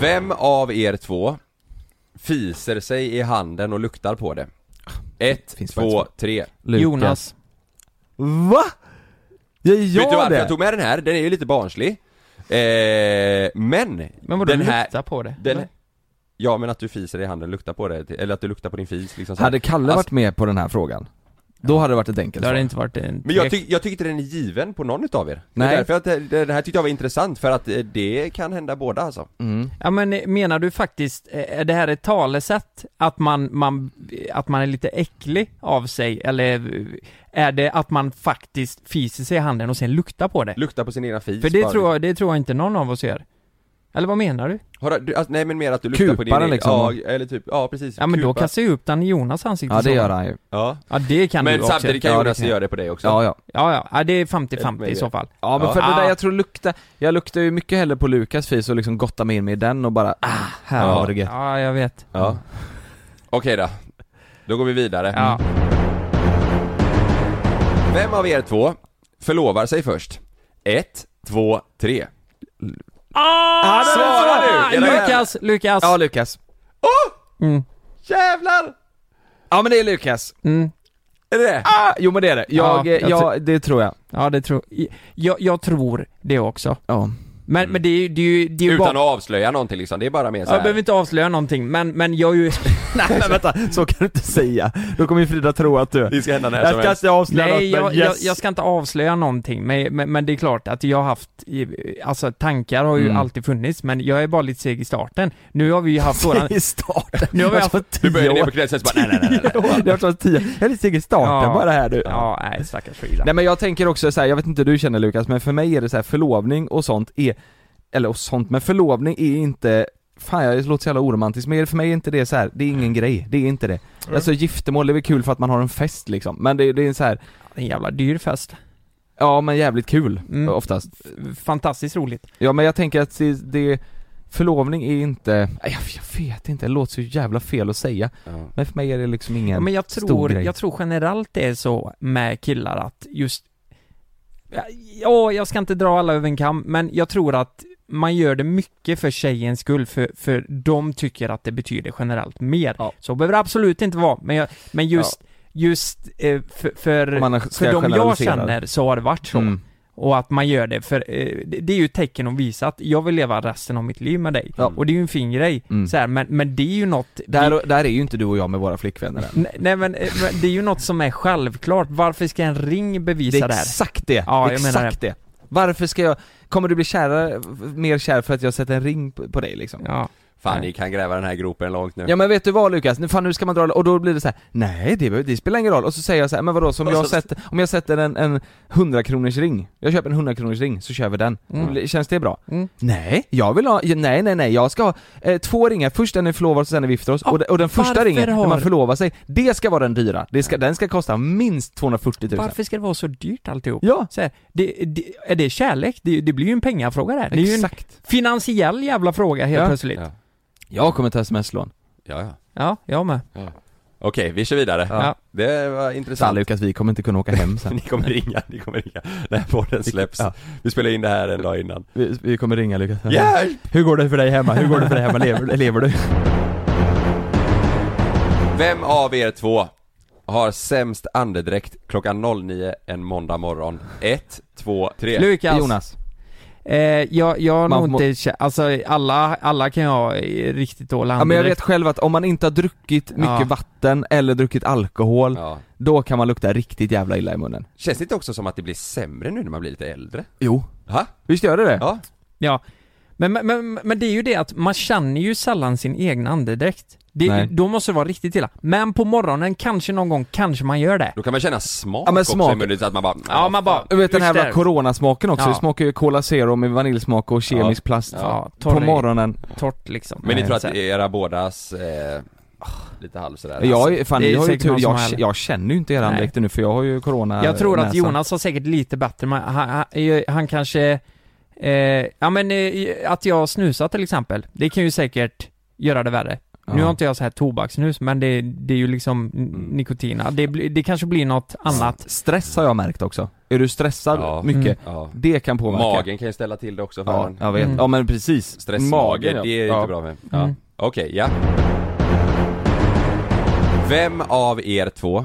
Speaker 1: Vem av er två fiser sig i handen och luktar på det? Ett,
Speaker 2: Finns
Speaker 1: två,
Speaker 2: faktiskt.
Speaker 1: tre.
Speaker 2: Lukas.
Speaker 3: Jonas.
Speaker 2: Va? Ja,
Speaker 1: Vet du
Speaker 2: ja
Speaker 1: varför
Speaker 2: det!
Speaker 1: jag tog med den här? Den är ju lite barnslig eh, Men,
Speaker 3: Men vadå,
Speaker 1: den
Speaker 3: du
Speaker 1: här,
Speaker 3: luktar på det?
Speaker 1: den,
Speaker 3: eller?
Speaker 1: Ja men att du fiser i handen, luktar på det, eller att du luktar på din fis liksom så här.
Speaker 2: Hade Kalle
Speaker 1: Alltså-
Speaker 2: varit med på den här frågan, då hade det varit ett enkelt
Speaker 3: det har
Speaker 2: svar.
Speaker 3: inte varit en...
Speaker 1: Men jag, tyck, jag tycker inte den är given på någon utav er Det
Speaker 2: Nej.
Speaker 1: är därför att det- det det här tyckte jag var intressant, för att eh, det kan hända båda alltså
Speaker 2: Mm.
Speaker 3: Ja men eh, menar du faktiskt, eh, är det här ett talesätt? Att man, man, att man är lite äcklig av sig? Eller eh, är det att man faktiskt fiser sig i handen och sen luktar på det?
Speaker 1: Lukta på sin egna fis
Speaker 3: För det
Speaker 1: bara.
Speaker 3: tror, jag, det tror jag inte någon av oss gör. Eller vad menar du?
Speaker 1: Har du, alltså, nej men mer att du luktar på din
Speaker 2: Kupar den
Speaker 1: egen-
Speaker 2: liksom.
Speaker 1: Ja, eller typ, ja precis
Speaker 3: Ja men då
Speaker 1: Kupa.
Speaker 3: kastar jag upp den i Jonas ansikte
Speaker 2: Ja det
Speaker 3: så.
Speaker 2: gör han ju.
Speaker 1: Ja,
Speaker 3: Ja det kan du
Speaker 1: men
Speaker 3: också.
Speaker 1: samtidigt kan
Speaker 3: Ja, det
Speaker 1: Jonas
Speaker 3: jag.
Speaker 1: göra det på dig också
Speaker 2: Ja ja.
Speaker 3: Ja ja, ja det är 50-50 i
Speaker 1: Möjligt.
Speaker 3: så fall.
Speaker 2: Ja men
Speaker 1: Ja.
Speaker 2: för det
Speaker 3: Ah.
Speaker 2: där jag tror lukta, jag luktar ju mycket hellre på Lukas fis och liksom gottar mig in mig i den och bara ah, här
Speaker 1: Ja.
Speaker 2: var det gött.
Speaker 3: Ja jag vet.
Speaker 1: Ja. Okej då. Då går vi vidare.
Speaker 3: Ja.
Speaker 1: Vem av er två förlovar sig först? Ett, två, tre.
Speaker 3: Ah,
Speaker 1: Svara nu! Era jävlar.
Speaker 3: Lukas, Lukas!
Speaker 2: Ja Lukas.
Speaker 3: Mm.
Speaker 1: Jävlar!
Speaker 2: Ja men det är Lukas.
Speaker 3: Mm.
Speaker 1: Är det det?
Speaker 2: Ah, jo men det är det. Jag,
Speaker 3: Ja,
Speaker 2: ja,
Speaker 3: jag
Speaker 2: det tror jag.
Speaker 3: Ja det tror jag, jag tror det också.
Speaker 2: Ja.
Speaker 3: Men, men det är ju, det är ju, det är ju
Speaker 1: Mm. Utan att
Speaker 3: bara...
Speaker 1: avslöja någonting liksom, det är bara mer
Speaker 3: Ja, Jag
Speaker 1: såhär.
Speaker 3: behöver inte avslöja någonting, men, men jag är ju...
Speaker 2: Nej men vänta, så kan du inte säga. Då kommer ju Frida tro att du...
Speaker 1: Det ska hända när
Speaker 2: Jag
Speaker 1: som
Speaker 2: ska
Speaker 1: helst.
Speaker 2: inte avslöja något,
Speaker 3: Nej, jag,
Speaker 2: men
Speaker 3: jag,
Speaker 2: yes.
Speaker 3: jag ska inte avslöja någonting, men, men, men det är klart att jag har haft, i- alltså tankar har ju
Speaker 2: Mm.
Speaker 3: alltid funnits, men jag är bara lite seg i starten. Nu har vi ju
Speaker 2: *laughs*
Speaker 3: haft våran...
Speaker 2: I starten. Alltså,
Speaker 3: Nu har vi haft...
Speaker 1: Du börjar ner på knät sen så bara nej, nej, nej, nej, nej.
Speaker 2: Jag har varit *laughs* tio. Jag är lite seg i starten
Speaker 3: Ja.
Speaker 2: bara här nu.
Speaker 3: Ja, nej stackars Frida.
Speaker 2: Nej men jag tänker också så här, jag vet inte hur du känner Lukas, men för mig är det så här förlovning och sånt är, eller och sånt, men förlovning är inte, fan jag låter så jävla oromantisk, men för mig är inte det så här, det är ingen grej, det är inte det. Alltså giftermål, det är väl kul för att man har en fest liksom, men det, det är en så här,
Speaker 3: En jävla dyr fest.
Speaker 2: ja men jävligt kul
Speaker 3: Mm.
Speaker 2: oftast.
Speaker 3: Fantastiskt roligt.
Speaker 2: Ja men jag tänker att det, det förlovning är inte, nej, jag, jag vet inte, det låter så jävla fel att säga,
Speaker 1: Ja.
Speaker 2: men för mig är det liksom ingen
Speaker 3: Ja, men jag
Speaker 2: stor
Speaker 3: tror,
Speaker 2: grej.
Speaker 3: jag tror generellt det är så med killar att just Ja, jag ska inte dra alla över en kam, men jag tror att man gör det mycket för tjejens skull, för, för de tycker att det betyder generellt mer.
Speaker 2: Ja.
Speaker 3: Så behöver det absolut inte vara, men, jag, men just, just eh, för, för,
Speaker 2: Om man ska
Speaker 3: för de jag
Speaker 2: generalisera.
Speaker 3: känner så har det varit så.
Speaker 2: Mm.
Speaker 3: Och att man gör det, för eh, det, det är ju ett tecken att visa att jag vill leva resten av mitt liv med dig.
Speaker 2: Ja.
Speaker 3: Och det är ju en fin grej,
Speaker 2: Mm.
Speaker 3: så här, men, men det är ju något
Speaker 2: Där, där är ju inte du och jag med våra flickvänner än.
Speaker 3: Nej, nej men, eh, men det är ju något som är självklart, varför ska en ring
Speaker 2: Det
Speaker 3: bevisa
Speaker 2: är
Speaker 3: det här?
Speaker 2: exakt det!
Speaker 3: Ja,
Speaker 2: det är
Speaker 3: jag menar
Speaker 2: exakt det. Varför ska jag, kommer du bli kärare, mer kär för att jag sätter en ring på, på dig liksom? Ja.
Speaker 3: Ja.
Speaker 1: Fan ni kan gräva den här gropen långt nu.
Speaker 2: men vet du vad Lukas, nu, fan nu ska man dra, och då blir det så här: nej det, behöver- det spelar ingen roll, och så säger jag så här, men vadå, så om jag sätter, om jag sätter en, en 100 kronors ring, jag köper en 100 kronors ring, så kör vi den. Blir- Känns det bra?
Speaker 3: Mm.
Speaker 2: Nej, jag vill ha, ja, nej nej nej, jag ska ha eh, två ringar, först den vi förlovar oss och sen när vi gifter oss, och, de- och den första
Speaker 3: varför
Speaker 2: ringen, när
Speaker 3: har-
Speaker 2: man förlovar sig, det ska vara den dyra, det ska, den ska kosta minst 240 000
Speaker 3: Varför ska det vara så dyrt alltihop?
Speaker 2: Ja,
Speaker 3: Så här, det, det, är det kärlek? Det, det blir ju en pengafråga där. Det är ju en
Speaker 2: exakt.
Speaker 3: finansiell jävla fråga helt
Speaker 2: Ja.
Speaker 3: plötsligt.
Speaker 1: Ja.
Speaker 2: Jag kommer ta sms-lån.
Speaker 1: Ja, ja.
Speaker 3: Ja, jag med.
Speaker 1: Okej, vi kör vidare.
Speaker 3: Ja.
Speaker 1: Det var
Speaker 2: Fan
Speaker 1: intressant.
Speaker 2: Lukas, vi kommer inte kunna åka hem sen. *laughs*
Speaker 1: Ni kommer ringa, ni kommer ringa när podden släpps.
Speaker 2: Ja.
Speaker 1: Vi spelar in det här en dag innan.
Speaker 2: Vi, vi kommer ringa Lukas.
Speaker 1: Hjälp!
Speaker 2: Hur går det för dig hemma? Hur går det för dig hemma? *laughs* Lever, lever du?
Speaker 1: Vem av er två har sämst andedräkt klockan 09 en måndag morgon? 1, 2, 3
Speaker 3: Lukas.
Speaker 2: Jonas.
Speaker 3: Eh, jag, jag har
Speaker 2: Man
Speaker 3: nog
Speaker 2: må-
Speaker 3: inte kä- alltså alla, alla kan jag ha eh, riktigt dålig
Speaker 2: Ja, men jag
Speaker 3: andedräkt.
Speaker 2: vet själv att om man inte har druckit mycket
Speaker 3: Ja.
Speaker 2: vatten eller druckit alkohol,
Speaker 1: ja.
Speaker 2: då kan man lukta riktigt jävla illa i munnen.
Speaker 1: Känns det inte också som att det blir sämre nu när man blir lite äldre?
Speaker 2: Jo.
Speaker 1: Ha?
Speaker 2: Visst gör det det?
Speaker 1: Ja,
Speaker 3: Ja, men, men, men, men det är ju det att man känner ju sällan sin egen andedräkt. Det,
Speaker 2: Nej.
Speaker 3: då måste det vara riktigt illa. Men på morgonen, kanske någon gång, kanske man gör det.
Speaker 1: då kan man känna smak,
Speaker 2: Ja, men
Speaker 1: också
Speaker 2: smak.
Speaker 1: i munnen, så att man bara
Speaker 3: Ja, man bara...
Speaker 2: Du vet den här
Speaker 3: Just
Speaker 2: jävla
Speaker 3: det.
Speaker 2: coronasmaken också,
Speaker 3: Ja.
Speaker 2: det smakar ju Cola Zero med vaniljsmak och kemisk
Speaker 1: Ja.
Speaker 2: plast.
Speaker 3: Ja,
Speaker 2: På
Speaker 3: torr-
Speaker 2: morgonen.
Speaker 3: Torrt liksom.
Speaker 1: Men ni
Speaker 3: Nej,
Speaker 1: tror att
Speaker 3: så här.
Speaker 1: era bådas eh, lite halv sådär alltså,
Speaker 2: Jag, alltså, är- fan,
Speaker 3: det är
Speaker 2: ni har ju
Speaker 3: säkert
Speaker 2: tur,
Speaker 3: någon som har
Speaker 2: jag,
Speaker 3: det.
Speaker 2: jag känner ju inte era
Speaker 3: Nej.
Speaker 2: andedräkter nu för jag har ju corona
Speaker 3: Jag tror att
Speaker 2: näsan.
Speaker 3: Jonas har säkert lite bättre, men han, han, han kanske... Eh, ja men eh, att jag snusar till exempel, det kan ju säkert göra det värre.
Speaker 2: Ja. Mm.
Speaker 3: Nu har inte jag så här tobakssnus, men det, det är ju liksom n- nikotina. Det, blir- det kanske blir något annat.
Speaker 2: Stress har jag märkt också. Är du stressad
Speaker 1: Ja.
Speaker 2: mycket,
Speaker 3: Mm.
Speaker 1: ja.
Speaker 2: det kan påverka.
Speaker 1: Magen kan ju ställa till det också för
Speaker 2: Ja,
Speaker 1: en.
Speaker 2: jag vet.
Speaker 3: Mm.
Speaker 2: Ja men precis.
Speaker 1: Stressmage,
Speaker 2: ja.
Speaker 1: det är
Speaker 2: ja.
Speaker 1: inte bra med. Ja.
Speaker 3: Mm.
Speaker 1: Okej, ja. Vem av er två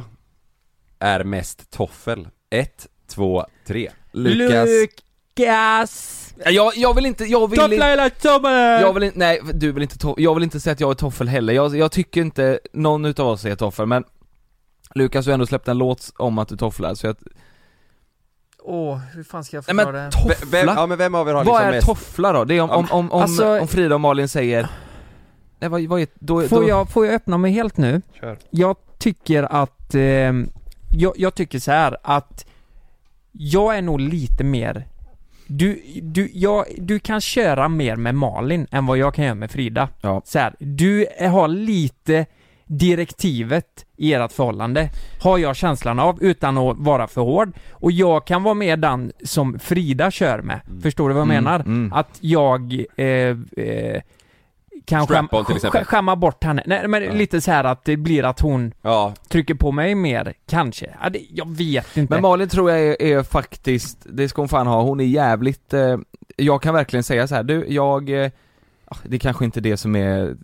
Speaker 1: är mest toffel? 1, två, tre.
Speaker 2: Lukas.
Speaker 3: Lukas!
Speaker 2: Jag, jag vill inte, jag vill inte...
Speaker 3: Toppla hela tummen!
Speaker 2: Jag vill inte, nej du vill inte, to- jag vill inte säga att jag är toffel heller, jag, jag tycker inte någon utav oss är toffel men Lukas har ju ändå släppt en låt om att du tofflar så jag...
Speaker 3: Åh, hur fan ska jag
Speaker 2: Nej
Speaker 3: förklara
Speaker 2: men
Speaker 3: det?
Speaker 1: V- Vem,
Speaker 2: toffla?
Speaker 1: ja men vem av er har
Speaker 2: Vad
Speaker 1: liksom
Speaker 2: är
Speaker 1: mest?
Speaker 2: toffla då? Det är om, om, om, om,
Speaker 3: Alltså-
Speaker 2: om Frida och Malin säger... Nej vad, vad är, då,
Speaker 3: Får
Speaker 2: då...
Speaker 3: jag, får jag öppna mig helt nu?
Speaker 1: Kör.
Speaker 3: Jag tycker att, eh, jag, jag tycker så här att jag är nog lite mer du, du, jag, du kan köra mer med Malin än vad jag kan göra med Frida.
Speaker 2: Ja.
Speaker 3: Så här, du har lite direktivet i ert förhållande, har jag känslan av, utan att vara för hård. Och jag kan vara med den som Frida kör med. Förstår du vad jag
Speaker 2: Mm,
Speaker 3: menar?
Speaker 2: mm.
Speaker 3: Att jag eh, eh, kan
Speaker 1: Strap-on
Speaker 3: skäm-
Speaker 1: till exempel.
Speaker 3: skä- skämma bort henne. Nej men lite så här att det blir att hon
Speaker 1: Ja,
Speaker 3: trycker på mig mer, kanske. Ja, det, jag vet inte.
Speaker 2: Men Malin tror jag är, är faktiskt, det ska hon fan ha, hon är jävligt, eh, jag kan verkligen säga så här, du, jag, eh, ah, det kanske inte är det som är eh,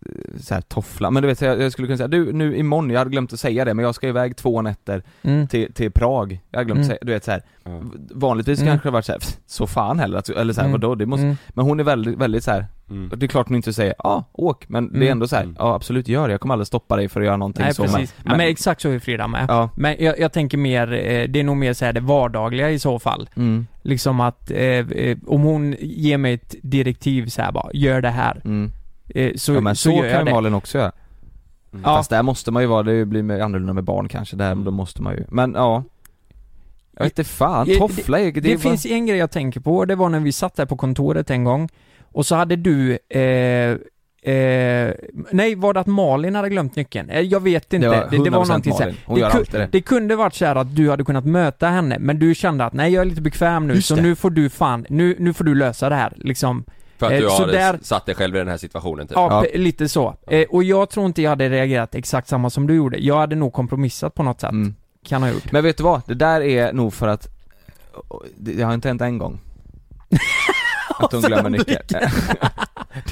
Speaker 2: så här toffla, men du vet jag, jag skulle kunna säga, du nu imorgon, jag hade glömt att säga det men jag ska iväg två nätter
Speaker 3: mm.
Speaker 2: till, till Prag, jag har glömt
Speaker 3: Mm.
Speaker 2: säga, du vet såhär,
Speaker 1: Ja.
Speaker 2: vanligtvis
Speaker 3: Mm.
Speaker 2: kanske det varit såhär, "Pff, så fan heller, att- eller såhär
Speaker 3: Mm.
Speaker 2: vadå, det måste,
Speaker 3: Mm.
Speaker 2: men hon är väldigt, väldigt såhär,
Speaker 1: mm.
Speaker 2: det är klart hon inte säger ja, åk, men det är
Speaker 3: Mm.
Speaker 2: ändå såhär,
Speaker 1: Mm.
Speaker 2: ja absolut gör det, jag kommer aldrig stoppa dig för att göra någonting
Speaker 3: Nej
Speaker 2: så
Speaker 3: precis. Men, ja, men exakt så är Frida med.
Speaker 2: ja,
Speaker 3: Men jag, jag tänker mer, eh, det är nog mer så här det vardagliga i så fall.
Speaker 2: mm,
Speaker 3: Liksom att, eh, eh, om hon ger mig ett direktiv så här bara, gör det här.
Speaker 2: mm.
Speaker 3: Eh, så,
Speaker 2: ja men så,
Speaker 3: så, gör jag
Speaker 2: kan
Speaker 3: det.
Speaker 2: ju Malin också göra
Speaker 3: Ja.
Speaker 2: Mm. Fast där måste man ju vara, det blir mer annorlunda med barn kanske, där
Speaker 1: Mm.
Speaker 2: då måste man ju, men ja Jag vet inte fan,
Speaker 3: Det-
Speaker 2: toffla är, det,
Speaker 3: Det,
Speaker 2: är bara-
Speaker 3: finns en grej jag tänker på, och det var när vi satt där på kontoret en gång och så hade du eh, Eh, nej, var det att Malin hade glömt nyckeln? Eh, Jag vet inte. Det, det, var
Speaker 2: 100%
Speaker 3: någonting så här.
Speaker 2: Malin. Hon gör
Speaker 3: ku-
Speaker 2: alltid det
Speaker 3: det kunde varit så här att du hade kunnat möta henne, men du kände att nej jag är lite bekväm nu,
Speaker 2: Just
Speaker 3: så
Speaker 2: det.
Speaker 3: nu får du fan, nu, nu får du lösa det här liksom.
Speaker 1: För att
Speaker 3: Eh,
Speaker 1: du
Speaker 3: så
Speaker 1: har
Speaker 3: där-
Speaker 1: satt dig själv i den här situationen typ.
Speaker 3: Ja,
Speaker 2: Ja.
Speaker 3: p- lite så. Eh, och jag tror inte jag hade reagerat exakt samma som du gjorde. Jag hade nog kompromissat på något sätt,
Speaker 2: mm.
Speaker 3: kan ha gjort.
Speaker 2: Men vet du vad? Det där är nog för att Det, det har inte hänt en *laughs* gång Att hon
Speaker 3: Och sen
Speaker 2: glömmer nyckeln *laughs*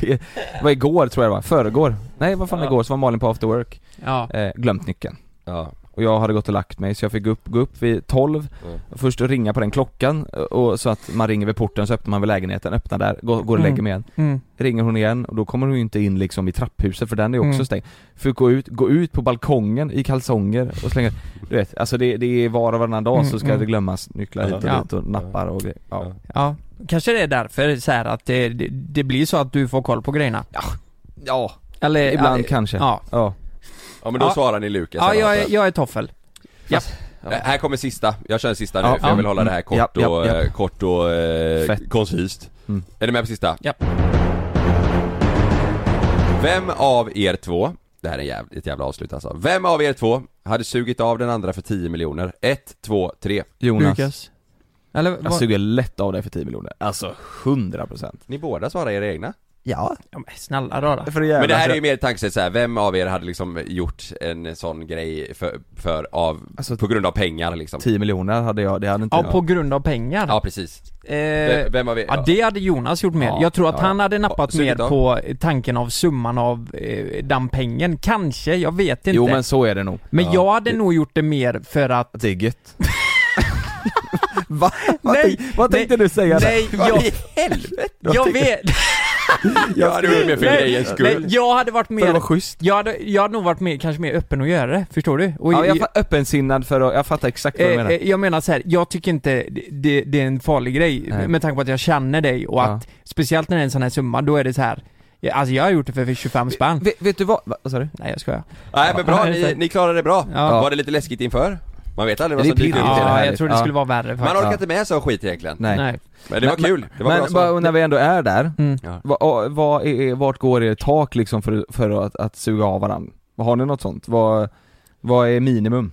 Speaker 2: Det var igår tror jag det var, föregår Nej vad fan
Speaker 3: Ja.
Speaker 2: igår så var Malin på after work,
Speaker 3: Ja.
Speaker 2: eh, glömt nyckeln
Speaker 1: Ja.
Speaker 2: och jag hade gått och lagt mig så jag fick upp, gå upp vid 12
Speaker 1: Mm.
Speaker 2: Först ringa på den klockan och så att man ringer vid porten så öppnar man vid lägenheten, öppnar där, går, går och
Speaker 3: Mm.
Speaker 2: lägger mig igen
Speaker 3: Mm.
Speaker 2: Ringer hon igen och då kommer hon ju inte in liksom i trapphuset för den är också
Speaker 3: Mm.
Speaker 2: stängd Fick gå ut, gå ut på balkongen i kalsonger och slänga, du vet, alltså det, det är var och varannan dag
Speaker 3: Mm,
Speaker 2: så ska
Speaker 3: mm.
Speaker 2: det glömmas nycklar hit och
Speaker 3: Ja.
Speaker 2: dit och nappar och grejer. Ja.
Speaker 3: ja. Kanske det är därför så här att det, det, det blir så att du får koll på grejerna.
Speaker 2: ja,
Speaker 3: Eller,
Speaker 2: ibland
Speaker 3: ja,
Speaker 2: kanske. Ja.
Speaker 3: Ja.
Speaker 1: ja men då
Speaker 3: Ja.
Speaker 1: svarar ni Lukas
Speaker 3: Ja,
Speaker 1: eller något
Speaker 3: jag,
Speaker 1: där.
Speaker 3: är- jag är toffel.
Speaker 1: Eh, Här kommer sista, jag kör en sista nu
Speaker 2: Ja.
Speaker 1: för jag vill
Speaker 2: Ja. Mm.
Speaker 1: hålla det här kort
Speaker 2: Ja, ja,
Speaker 1: och,
Speaker 2: ja.
Speaker 1: eh, kort och eh,
Speaker 2: Fett.
Speaker 1: koncist
Speaker 2: Mm.
Speaker 1: Är ni med på sista?
Speaker 3: Ja.
Speaker 1: Vem av er två, det här är en jäv, ett jävla avslut alltså Vem av er två hade sugit av den andra för 10 miljoner? 1, 2, 3
Speaker 2: Jonas,
Speaker 3: Eller
Speaker 2: jag
Speaker 3: vad?
Speaker 2: suger lätt av dig för 10 miljoner. Alltså 100%.
Speaker 1: Ni båda svarar era egna
Speaker 2: Ja.
Speaker 3: Ja, men snälla rara.
Speaker 2: För jävla
Speaker 1: Men det här är ju mer ett tankesätt såhär, vem av er hade liksom gjort en sån grej för, för av,
Speaker 2: Alltså-
Speaker 1: på grund av pengar liksom?
Speaker 2: 10 miljoner hade jag, det hade inte
Speaker 3: Ja,
Speaker 2: jag.
Speaker 3: på grund av pengar.
Speaker 1: Ja precis,
Speaker 3: Eh,
Speaker 1: Vem- vem av er?
Speaker 3: ja, det hade Jonas gjort mer.
Speaker 2: Ja,
Speaker 3: jag tror att
Speaker 2: ja,
Speaker 3: han hade nappat
Speaker 1: Ja,
Speaker 3: mer
Speaker 1: sugit av.
Speaker 3: på tanken av summan av eh, den pengen. Kanske, jag vet inte.
Speaker 2: Jo men
Speaker 3: men
Speaker 2: så är det nog. Ja.
Speaker 3: jag hade nog gjort det mer för att...
Speaker 2: Att det är gött. Va? Vad
Speaker 3: Nej,
Speaker 2: tänk- vad
Speaker 3: nej,
Speaker 2: tänkte du säga där?
Speaker 3: Nej, jag... helvete? Jag vet...
Speaker 1: Jag hade gjort mer för
Speaker 3: Nej,
Speaker 1: grejens
Speaker 3: nej,
Speaker 1: skull
Speaker 3: jag hade varit
Speaker 2: För att vara
Speaker 3: mer...
Speaker 2: schysst.
Speaker 3: Jag hade, jag hade nog varit mer, kanske mer öppen att göra det, förstår du? Och
Speaker 2: Ja, jag är öppensinnad för att, jag fattar exakt vad du
Speaker 3: Eh,
Speaker 2: menar.
Speaker 3: eh, jag menar så här, jag tycker inte det- det, det är en farlig grej
Speaker 2: Nej.
Speaker 3: med tanke på att jag känner dig och
Speaker 2: Ja.
Speaker 3: att speciellt när det är en sån här summa, då är det så här. ja, Alltså jag har gjort det för 25 spänn.
Speaker 2: Vet, vet du vad, va, vad sa du?
Speaker 3: Nej jag skojar.
Speaker 1: Nej men bra,
Speaker 3: Ja,
Speaker 1: ni,
Speaker 3: exakt.
Speaker 1: ni klarade det bra.
Speaker 3: Ja.
Speaker 1: Var det lite läskigt inför? Man vet aldrig vad
Speaker 2: Det
Speaker 1: som
Speaker 2: blir
Speaker 1: dyker upp i
Speaker 2: pirrigt.
Speaker 1: det
Speaker 3: Ja,
Speaker 1: här.
Speaker 2: härligt.
Speaker 3: jag tror det
Speaker 2: Ja.
Speaker 3: skulle vara värre
Speaker 1: Man
Speaker 3: faktiskt.
Speaker 1: orkar
Speaker 2: Ja.
Speaker 1: inte med sån skit egentligen.
Speaker 2: Nej.
Speaker 3: Nej.
Speaker 1: Men det var
Speaker 2: Men-
Speaker 1: kul, det var bra
Speaker 2: Men
Speaker 1: svar.
Speaker 2: bara, när vi ändå är där,
Speaker 3: Mm.
Speaker 2: vad, vad är, vart går er tak liksom för, för att, att suga av varandra? Har ni något sånt? Vad, vad är minimum?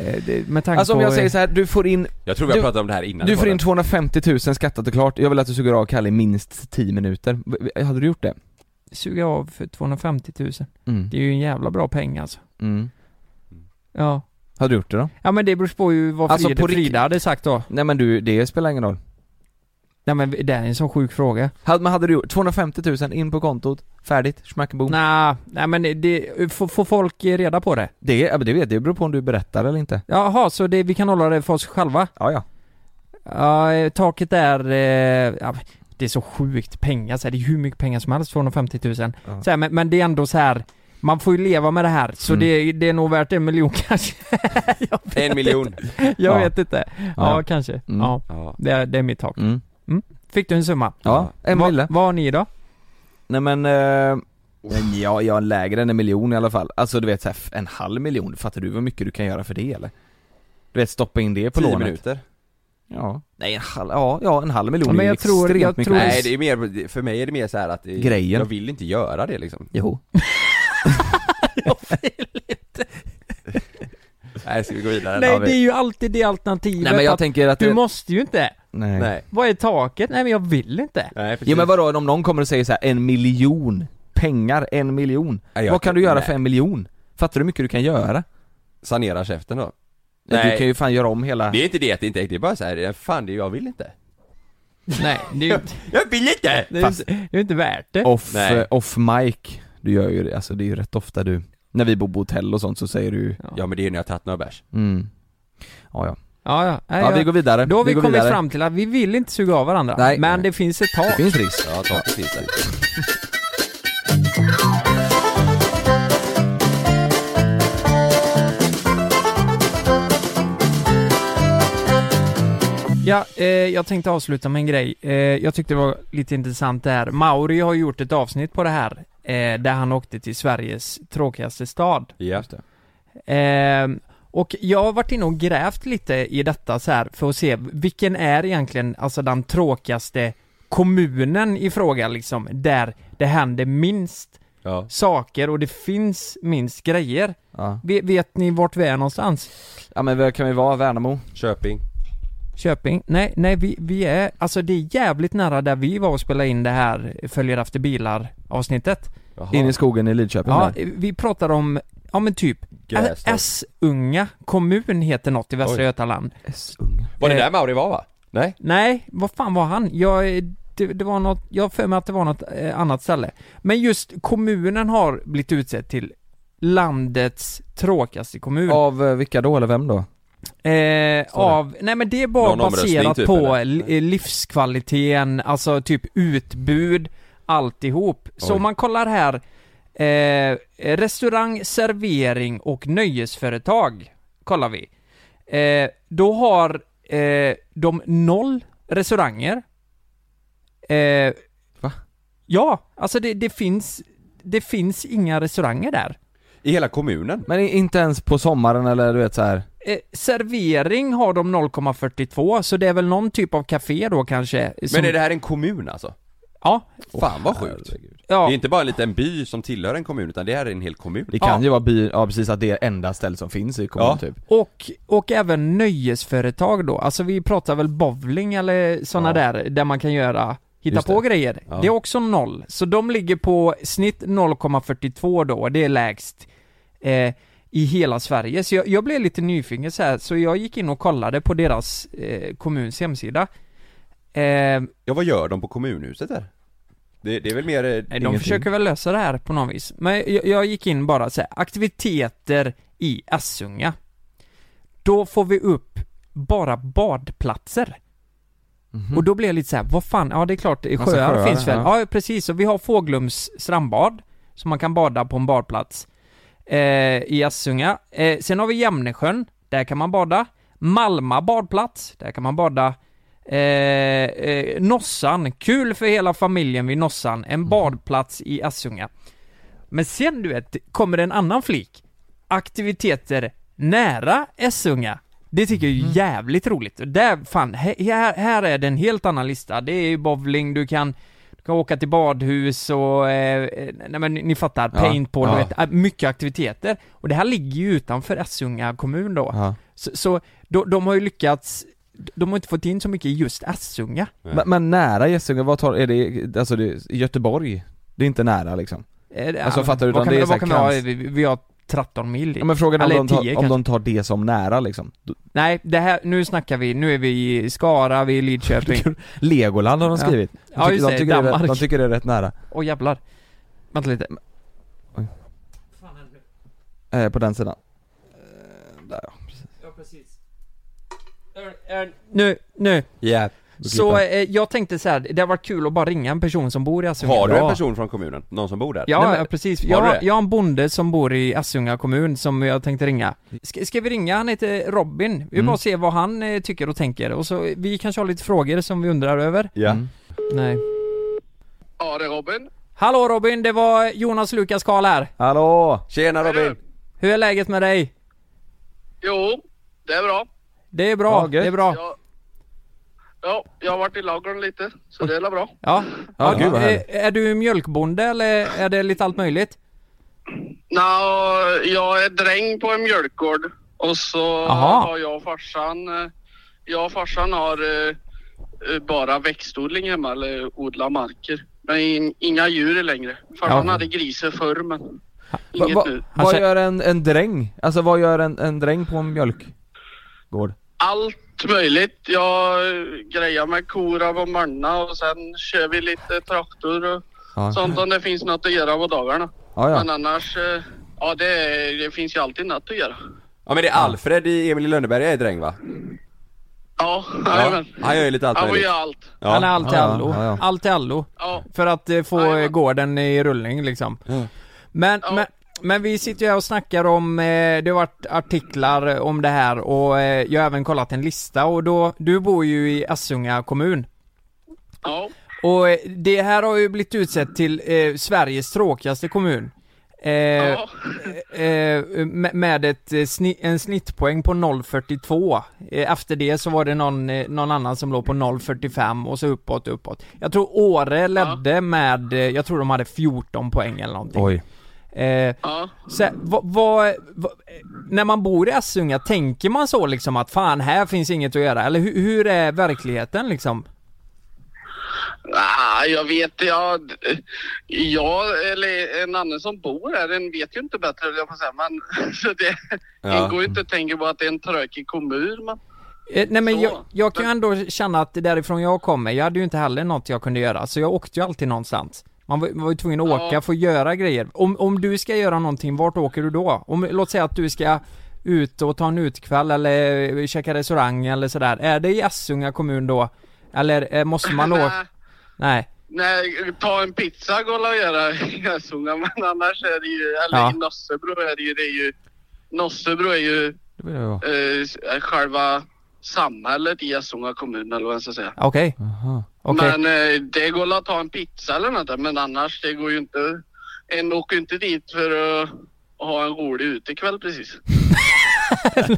Speaker 3: Eh, det- Med tanke
Speaker 2: Alltså om
Speaker 3: på...
Speaker 2: jag säger så här, du får in,
Speaker 1: Jag tror vi har
Speaker 2: Du-
Speaker 1: pratat om det här innan.
Speaker 2: du får
Speaker 1: bara.
Speaker 2: in 250 000 skattat och klart, jag vill att du suger av Kalle i minst 10 minuter. V- v- Hade du gjort det?
Speaker 3: eh, Suga av för 250 000.
Speaker 2: Mm.
Speaker 3: Det är ju en jävla bra peng alltså.
Speaker 2: Mm.
Speaker 3: Ja.
Speaker 2: Hade du gjort det då?
Speaker 3: Ja men det beror på ju vad
Speaker 2: Alltså,
Speaker 3: Frida,
Speaker 2: på riktigt-
Speaker 3: Frida hade sagt då.
Speaker 2: Nej men du, det spelar ingen roll.
Speaker 3: Nej men det är en sån sjuk fråga.
Speaker 2: Hade, men hade du gjort 250 000 in på kontot, färdigt, schmackeboom.
Speaker 3: Nej, nej men det, får, får folk reda på det?
Speaker 2: Det, ja, men det vet jag, det beror på om du berättar eller inte.
Speaker 3: Jaha, så det, vi kan hålla det för oss själva?
Speaker 2: Ja, ja.
Speaker 3: Ja, eh, taket är... Eh, ja, det är så sjukt pengar så här, det är hur mycket pengar som helst, 250 000.
Speaker 2: Ja.
Speaker 3: Så här, men, men det är ändå så här. man får ju leva med det här, så
Speaker 2: Mm.
Speaker 3: det, det är nog värt en miljon *laughs* kanske. jag vet
Speaker 1: En miljon.
Speaker 2: *laughs*
Speaker 3: Inte. Jag
Speaker 2: Ja.
Speaker 3: vet inte. Ja,
Speaker 2: Ja.
Speaker 3: kanske.
Speaker 2: Mm.
Speaker 3: Ja,
Speaker 1: Ja.
Speaker 3: det är, det är mitt tak.
Speaker 2: Mm.
Speaker 3: Fick du en summa?
Speaker 2: Ja, en
Speaker 3: Va-
Speaker 2: mille.
Speaker 3: Vad har ni då?
Speaker 2: Nej men, eh, ja, jag är lägre än en miljon i alla fall. Alltså du vet så här, f- en halv miljon, fattar du vad mycket du kan göra för det eller? Du vet stoppa in det på
Speaker 1: Tio
Speaker 2: lånet.
Speaker 1: minuter?
Speaker 2: Ja. Nej en halv, ja, ja en halv miljon
Speaker 3: Ja, men
Speaker 2: är ju
Speaker 3: jag tror-
Speaker 2: extremt
Speaker 3: jag
Speaker 2: mycket.
Speaker 3: tror-
Speaker 1: Nej det är mer, för mig är det mer så här att det,
Speaker 2: Grejen.
Speaker 1: Jag vill inte göra det liksom
Speaker 2: Jo.
Speaker 1: Nej ska vi gå vidare?
Speaker 3: Nej,
Speaker 1: Ja, vi-
Speaker 3: det är ju alltid det alternativet
Speaker 2: Nej men jag
Speaker 3: att
Speaker 2: tänker att
Speaker 3: du
Speaker 2: det...
Speaker 3: måste ju inte.
Speaker 2: Nej.
Speaker 1: Nej,
Speaker 3: Vad är taket? Nej men jag
Speaker 2: *laughs*
Speaker 3: vill inte.
Speaker 1: nej precis
Speaker 2: Jo men vadå, om någon kommer och säger så här, en miljon pengar, en miljon.
Speaker 1: Nej, jag-
Speaker 2: vad kan du göra
Speaker 1: nej.
Speaker 2: för en miljon? Fattar du hur mycket du kan göra?
Speaker 1: Sanera käften då
Speaker 2: Nej. Du
Speaker 1: Nej.
Speaker 2: kan ju fan göra om hela...
Speaker 1: Det är inte det att det inte är äkta, det är bara så här, fan det jag vill inte
Speaker 3: Nej, det är ju inte,
Speaker 1: Jag vill inte!
Speaker 3: det är ju
Speaker 1: Fast,
Speaker 3: inte, det är inte värt det.
Speaker 2: Off,
Speaker 1: Nej.
Speaker 2: eh, off mic, du gör ju det, alltså det är ju rätt ofta du, när vi bor på hotell och sånt så säger du
Speaker 1: ja men det är ju när jag har tagit några bärs
Speaker 2: mm. Ja, ja.
Speaker 3: Ja, ja. Nej,
Speaker 2: ja
Speaker 3: jag-
Speaker 2: vi går vidare.
Speaker 3: Då har vi,
Speaker 2: går
Speaker 3: kommit
Speaker 2: vidare.
Speaker 3: fram till att vi vill inte suga av varandra.
Speaker 2: Nej.
Speaker 3: Men det finns ett tak.
Speaker 2: Det finns risk.
Speaker 1: Ja, ta precis det
Speaker 3: Ja, eh, jag tänkte avsluta med en grej. Eh, jag tyckte det var lite intressant det här. Mauri har gjort ett avsnitt på det här. Eh, där han åkte till Sveriges tråkigaste stad.
Speaker 1: Ja,
Speaker 3: Eh, och jag har varit inne och grävt lite i detta så här för att se vilken är egentligen alltså den tråkigaste kommunen i fråga liksom. Där det händer minst
Speaker 1: ja.
Speaker 3: saker och det finns minst grejer.
Speaker 2: Ja.
Speaker 3: Ve- vet ni vart vi är någonstans?
Speaker 2: ja men vad kan vi vara? Värnamo?
Speaker 1: Köping
Speaker 3: Köping? Nej, nej vi, vi är, alltså det är jävligt nära där vi var och spelade in det här Följer efter bilar avsnittet.
Speaker 1: Jaha.
Speaker 2: In i skogen i Lidköping
Speaker 3: Ja,
Speaker 2: där.
Speaker 3: vi pratar om, ja men typ,
Speaker 1: Grästorp.
Speaker 3: S-Unga kommun heter något i Västra
Speaker 1: Oj.
Speaker 3: Götaland.
Speaker 1: Var det
Speaker 3: Eh.
Speaker 1: där Mauri var va? Nej?
Speaker 3: Nej, vad fan var han? Jag, det, det var något, jag har för mig att det var något eh, annat ställe. Men just kommunen har blivit utsedd till landets tråkigaste kommun.
Speaker 2: Av eh, vilka då eller vem då?
Speaker 3: Eh,
Speaker 1: Står det?
Speaker 3: av, nej men det är bara
Speaker 1: Någon omröstning
Speaker 3: baserat
Speaker 1: typ,
Speaker 3: på
Speaker 1: eller?
Speaker 3: li- eh, livskvaliteten, alltså typ utbud, alltihop. Så
Speaker 1: Oj.
Speaker 3: om man kollar här, eh, restaurang, servering och nöjesföretag kollar vi. Eh, då har eh, de noll restauranger. Eh,
Speaker 2: Va?
Speaker 3: Ja, alltså det, det finns, det finns inga restauranger där.
Speaker 1: I hela kommunen?
Speaker 2: Men i- inte ens på sommaren eller du vet så här.
Speaker 3: Eh, servering har de 0,42 så det är väl någon typ av café då kanske. som-
Speaker 1: Men är det här en kommun alltså?
Speaker 3: Ja.
Speaker 1: Fan vad sjukt! Det
Speaker 3: ja.
Speaker 1: är inte bara en liten by som tillhör en kommun utan det här är en hel kommun
Speaker 2: Det kan ju vara by, ja precis att det är enda stället som finns i kommunen
Speaker 1: Ja.
Speaker 2: typ.
Speaker 3: Och, och även nöjesföretag då. Alltså vi pratar väl bowling eller sådana där, där man kan göra Hitta
Speaker 2: Just
Speaker 3: på
Speaker 2: det.
Speaker 3: grejer.
Speaker 1: Ja.
Speaker 3: Det är också noll. Så de ligger på snitt 0,42 då, och det är lägst eh, i hela Sverige. Så jag, jag blev lite nyfiken så här, så jag gick in och kollade på deras eh, kommuns hemsida. Eh,
Speaker 1: Ja vad gör de på kommunhuset där? Det, det är väl mer... eh,
Speaker 3: Nej, de
Speaker 1: ingenting.
Speaker 3: försöker väl lösa det här på något vis. Men jag, jag gick in bara så här, aktiviteter i Assunga. Då får vi upp bara badplatser. Och då blir jag lite så här, vad fan, ja det är klart, sjöar,
Speaker 2: Massa sjöar,
Speaker 3: finns väl?
Speaker 2: ja.
Speaker 3: Ja. precis, och vi har Fåglums strandbad, som man kan bada på en badplats eh, i Assunga. Eh, sen har vi Jämnesjön, där kan man bada. Malma badplats, där kan man bada. Eh, eh, Nossan, kul för hela familjen vid Nossan,
Speaker 2: Mm.
Speaker 3: en badplats i Assunga. Men sen du vet, kommer det en annan flik. Aktiviteter nära Essunga. Det tycker
Speaker 2: Mm.
Speaker 3: jag är jävligt roligt. Och Där, fan, he- här, här är det en helt annan lista. Det är ju bowling, du kan, du kan åka till badhus och, eh, eh, nej men ni fattar,
Speaker 2: Ja,
Speaker 3: paintball,
Speaker 2: ja.
Speaker 3: du vet, eh, mycket aktiviteter. Och det här ligger ju utanför Essunga kommun då.
Speaker 2: Ja.
Speaker 3: Så, så de, de har ju lyckats, de har inte fått in så mycket i just Essunga.
Speaker 2: Men, men nära Gässunga, vad tar, är det, alltså det, är Göteborg? Det är inte nära liksom.
Speaker 3: Eh,
Speaker 2: Alltså, fattar du,
Speaker 3: vad
Speaker 2: utan
Speaker 3: kan
Speaker 2: det
Speaker 3: vi-
Speaker 2: är så här
Speaker 3: vad kan vi ha?
Speaker 2: kans-
Speaker 3: Vi, vi har 13 mil dit.
Speaker 2: Ja, men frågan är om,
Speaker 3: Eller
Speaker 2: de tar,
Speaker 3: 10
Speaker 2: om
Speaker 3: kanske.
Speaker 2: de tar det som nära liksom. Då-
Speaker 3: Nej, det här, nu snackar vi, nu är vi i Skara, vi är
Speaker 1: *laughs*
Speaker 3: i Lidköping.
Speaker 2: Legoland har de
Speaker 3: Ja.
Speaker 2: skrivit. De,
Speaker 3: Ja,
Speaker 2: tycker-
Speaker 3: just
Speaker 2: de,
Speaker 3: det,
Speaker 2: tycker det är,
Speaker 3: Danmark.
Speaker 2: de tycker det är rätt nära.
Speaker 3: Åh jävlar. Vänta lite.
Speaker 2: Eh, på den sidan. Eh, där ja.
Speaker 3: Ja, precis. Nu, nu.
Speaker 1: Yeah.
Speaker 3: Så eh, jag tänkte så här, det har varit kul att bara ringa en person som bor i Assunga.
Speaker 1: Har du en
Speaker 2: Ja.
Speaker 1: person från kommunen? Någon som bor där?
Speaker 3: Ja,
Speaker 1: Nej, men-
Speaker 3: ja, precis.
Speaker 1: Har
Speaker 3: Jag,
Speaker 1: du det?
Speaker 3: jag har en bonde som bor i Assunga kommun som jag tänkte ringa. Ska, ska vi ringa? Han heter Robin. Vi
Speaker 2: Mm.
Speaker 3: bara se vad han eh, tycker och tänker och så vi kanske har lite frågor som vi undrar över.
Speaker 1: Ja.
Speaker 2: Mm.
Speaker 3: Nej.
Speaker 8: Ja, det är Robin.
Speaker 3: Hallå Robin, det var Jonas Lukas Karl här.
Speaker 2: Hallå!
Speaker 1: Tjena Robin!
Speaker 3: Hur är läget med dig?
Speaker 8: Jo, det är bra.
Speaker 3: Det är bra,
Speaker 2: Ja, gött.
Speaker 3: det är bra.
Speaker 8: Jag, ja, jag har varit i lagren lite, så det är väl bra.
Speaker 3: Ja.
Speaker 2: Ja, gud vad
Speaker 3: är,
Speaker 2: härligt.
Speaker 3: är du mjölkbonde eller är det lite allt möjligt?
Speaker 8: Nå, jag är dräng på en mjölkgård och så
Speaker 3: Aha.
Speaker 8: har jag och farsan, eh, jag och farsan har eh, eh, bara växtodling hemma eller odlar marker. Men in, inga djur längre. Farsan
Speaker 3: Ja.
Speaker 8: hade grisar förr men
Speaker 2: Va,
Speaker 8: inget
Speaker 2: va,
Speaker 8: nu.
Speaker 2: vad
Speaker 3: Alltså-
Speaker 2: gör en, en dräng? Alltså vad gör en, en dräng på en mjölkgård?
Speaker 8: Allt möjligt. Jag eh, grejar med korav och manna och sen kör vi lite traktor och
Speaker 2: Ja.
Speaker 8: sånt om det finns något att göra på dagarna.
Speaker 2: Ja,
Speaker 8: Men
Speaker 2: ja.
Speaker 8: annars, eh, ja det, är- det finns ju alltid natt att göra.
Speaker 1: Ja men det är Alfred i Emil i Lönneberga är dräng va?
Speaker 8: Ja, *laughs*
Speaker 1: Ja.
Speaker 8: jajamän.
Speaker 1: Han gör ju lite allt
Speaker 8: Han får
Speaker 1: möjligt.
Speaker 8: göra allt.
Speaker 1: Ja.
Speaker 3: Han är allt i
Speaker 2: Ja,
Speaker 3: allo.
Speaker 2: ja, ja.
Speaker 3: Allt i allo.
Speaker 8: Ja,
Speaker 3: För att eh, få
Speaker 8: Jajamän.
Speaker 3: eh, gården i rullning liksom.
Speaker 2: Mm.
Speaker 1: Ja.
Speaker 3: Men,
Speaker 8: Ja.
Speaker 3: men, men vi sitter ju här och snackar om, eh, det har varit artiklar om det här och eh, jag har även kollat en lista och då, du bor ju i Assunga kommun.
Speaker 8: ja.
Speaker 3: Och eh, det här har ju blivit utsett till eh, Sveriges tråkigaste kommun. Eh,
Speaker 8: ja.
Speaker 3: eh, med, med ett, eh, sni, en snittpoäng på 0,42. Eh, efter det så var det någon, eh, någon annan som låg på 0,45 och så uppåt, uppåt. Jag tror Åre ledde med, eh, jag tror de hade 14 poäng eller någonting.
Speaker 2: Oj.
Speaker 3: Eh,
Speaker 8: ja.
Speaker 3: så här, vad, vad, vad, eh, när man bor i Assunga, tänker man så liksom att fan här finns inget att göra? Eller hur, hur är verkligheten liksom?
Speaker 8: Ah, jag vet, jag, jag eller en annan som bor här, en vet ju inte bättre höll jag på att säga. Men *laughs* så det,
Speaker 1: Ja.
Speaker 8: en går ju inte att tänka på att det är en trökig kommun. Men,
Speaker 3: Eh, nej men
Speaker 8: Så.
Speaker 3: jag, jag kan ju ändå känna att därifrån jag kommer, jag hade ju inte heller något jag kunde göra, så jag åkte ju alltid någonstans. Man var, man var ju tvungen att
Speaker 8: Ja.
Speaker 3: åka för att göra grejer. Om, om du ska göra någonting, vart åker du då? Om, låt säga att du ska ut och ta en utekväll eller eh, käka restaurang eller sådär. Är det i Assunga kommun då? Eller eh, måste man åka?
Speaker 8: *laughs* Nej,
Speaker 3: Nej.
Speaker 8: nej, ta en pizza går det att göra *laughs* i Asunga, men annars är det ju, eller
Speaker 3: Ja.
Speaker 8: i Nossebro är det ju, det är ju Nossebro är ju
Speaker 2: Det vill jag vara.
Speaker 8: eh, själva samhället i Asunga kommun eller vad jag ska säga.
Speaker 3: Okej.
Speaker 2: Aha.
Speaker 3: Okej.
Speaker 8: Men eh, det går väl att ta en pizza eller något där, men annars det går ju inte. En åker ju inte dit för att ha en rolig utekväll precis.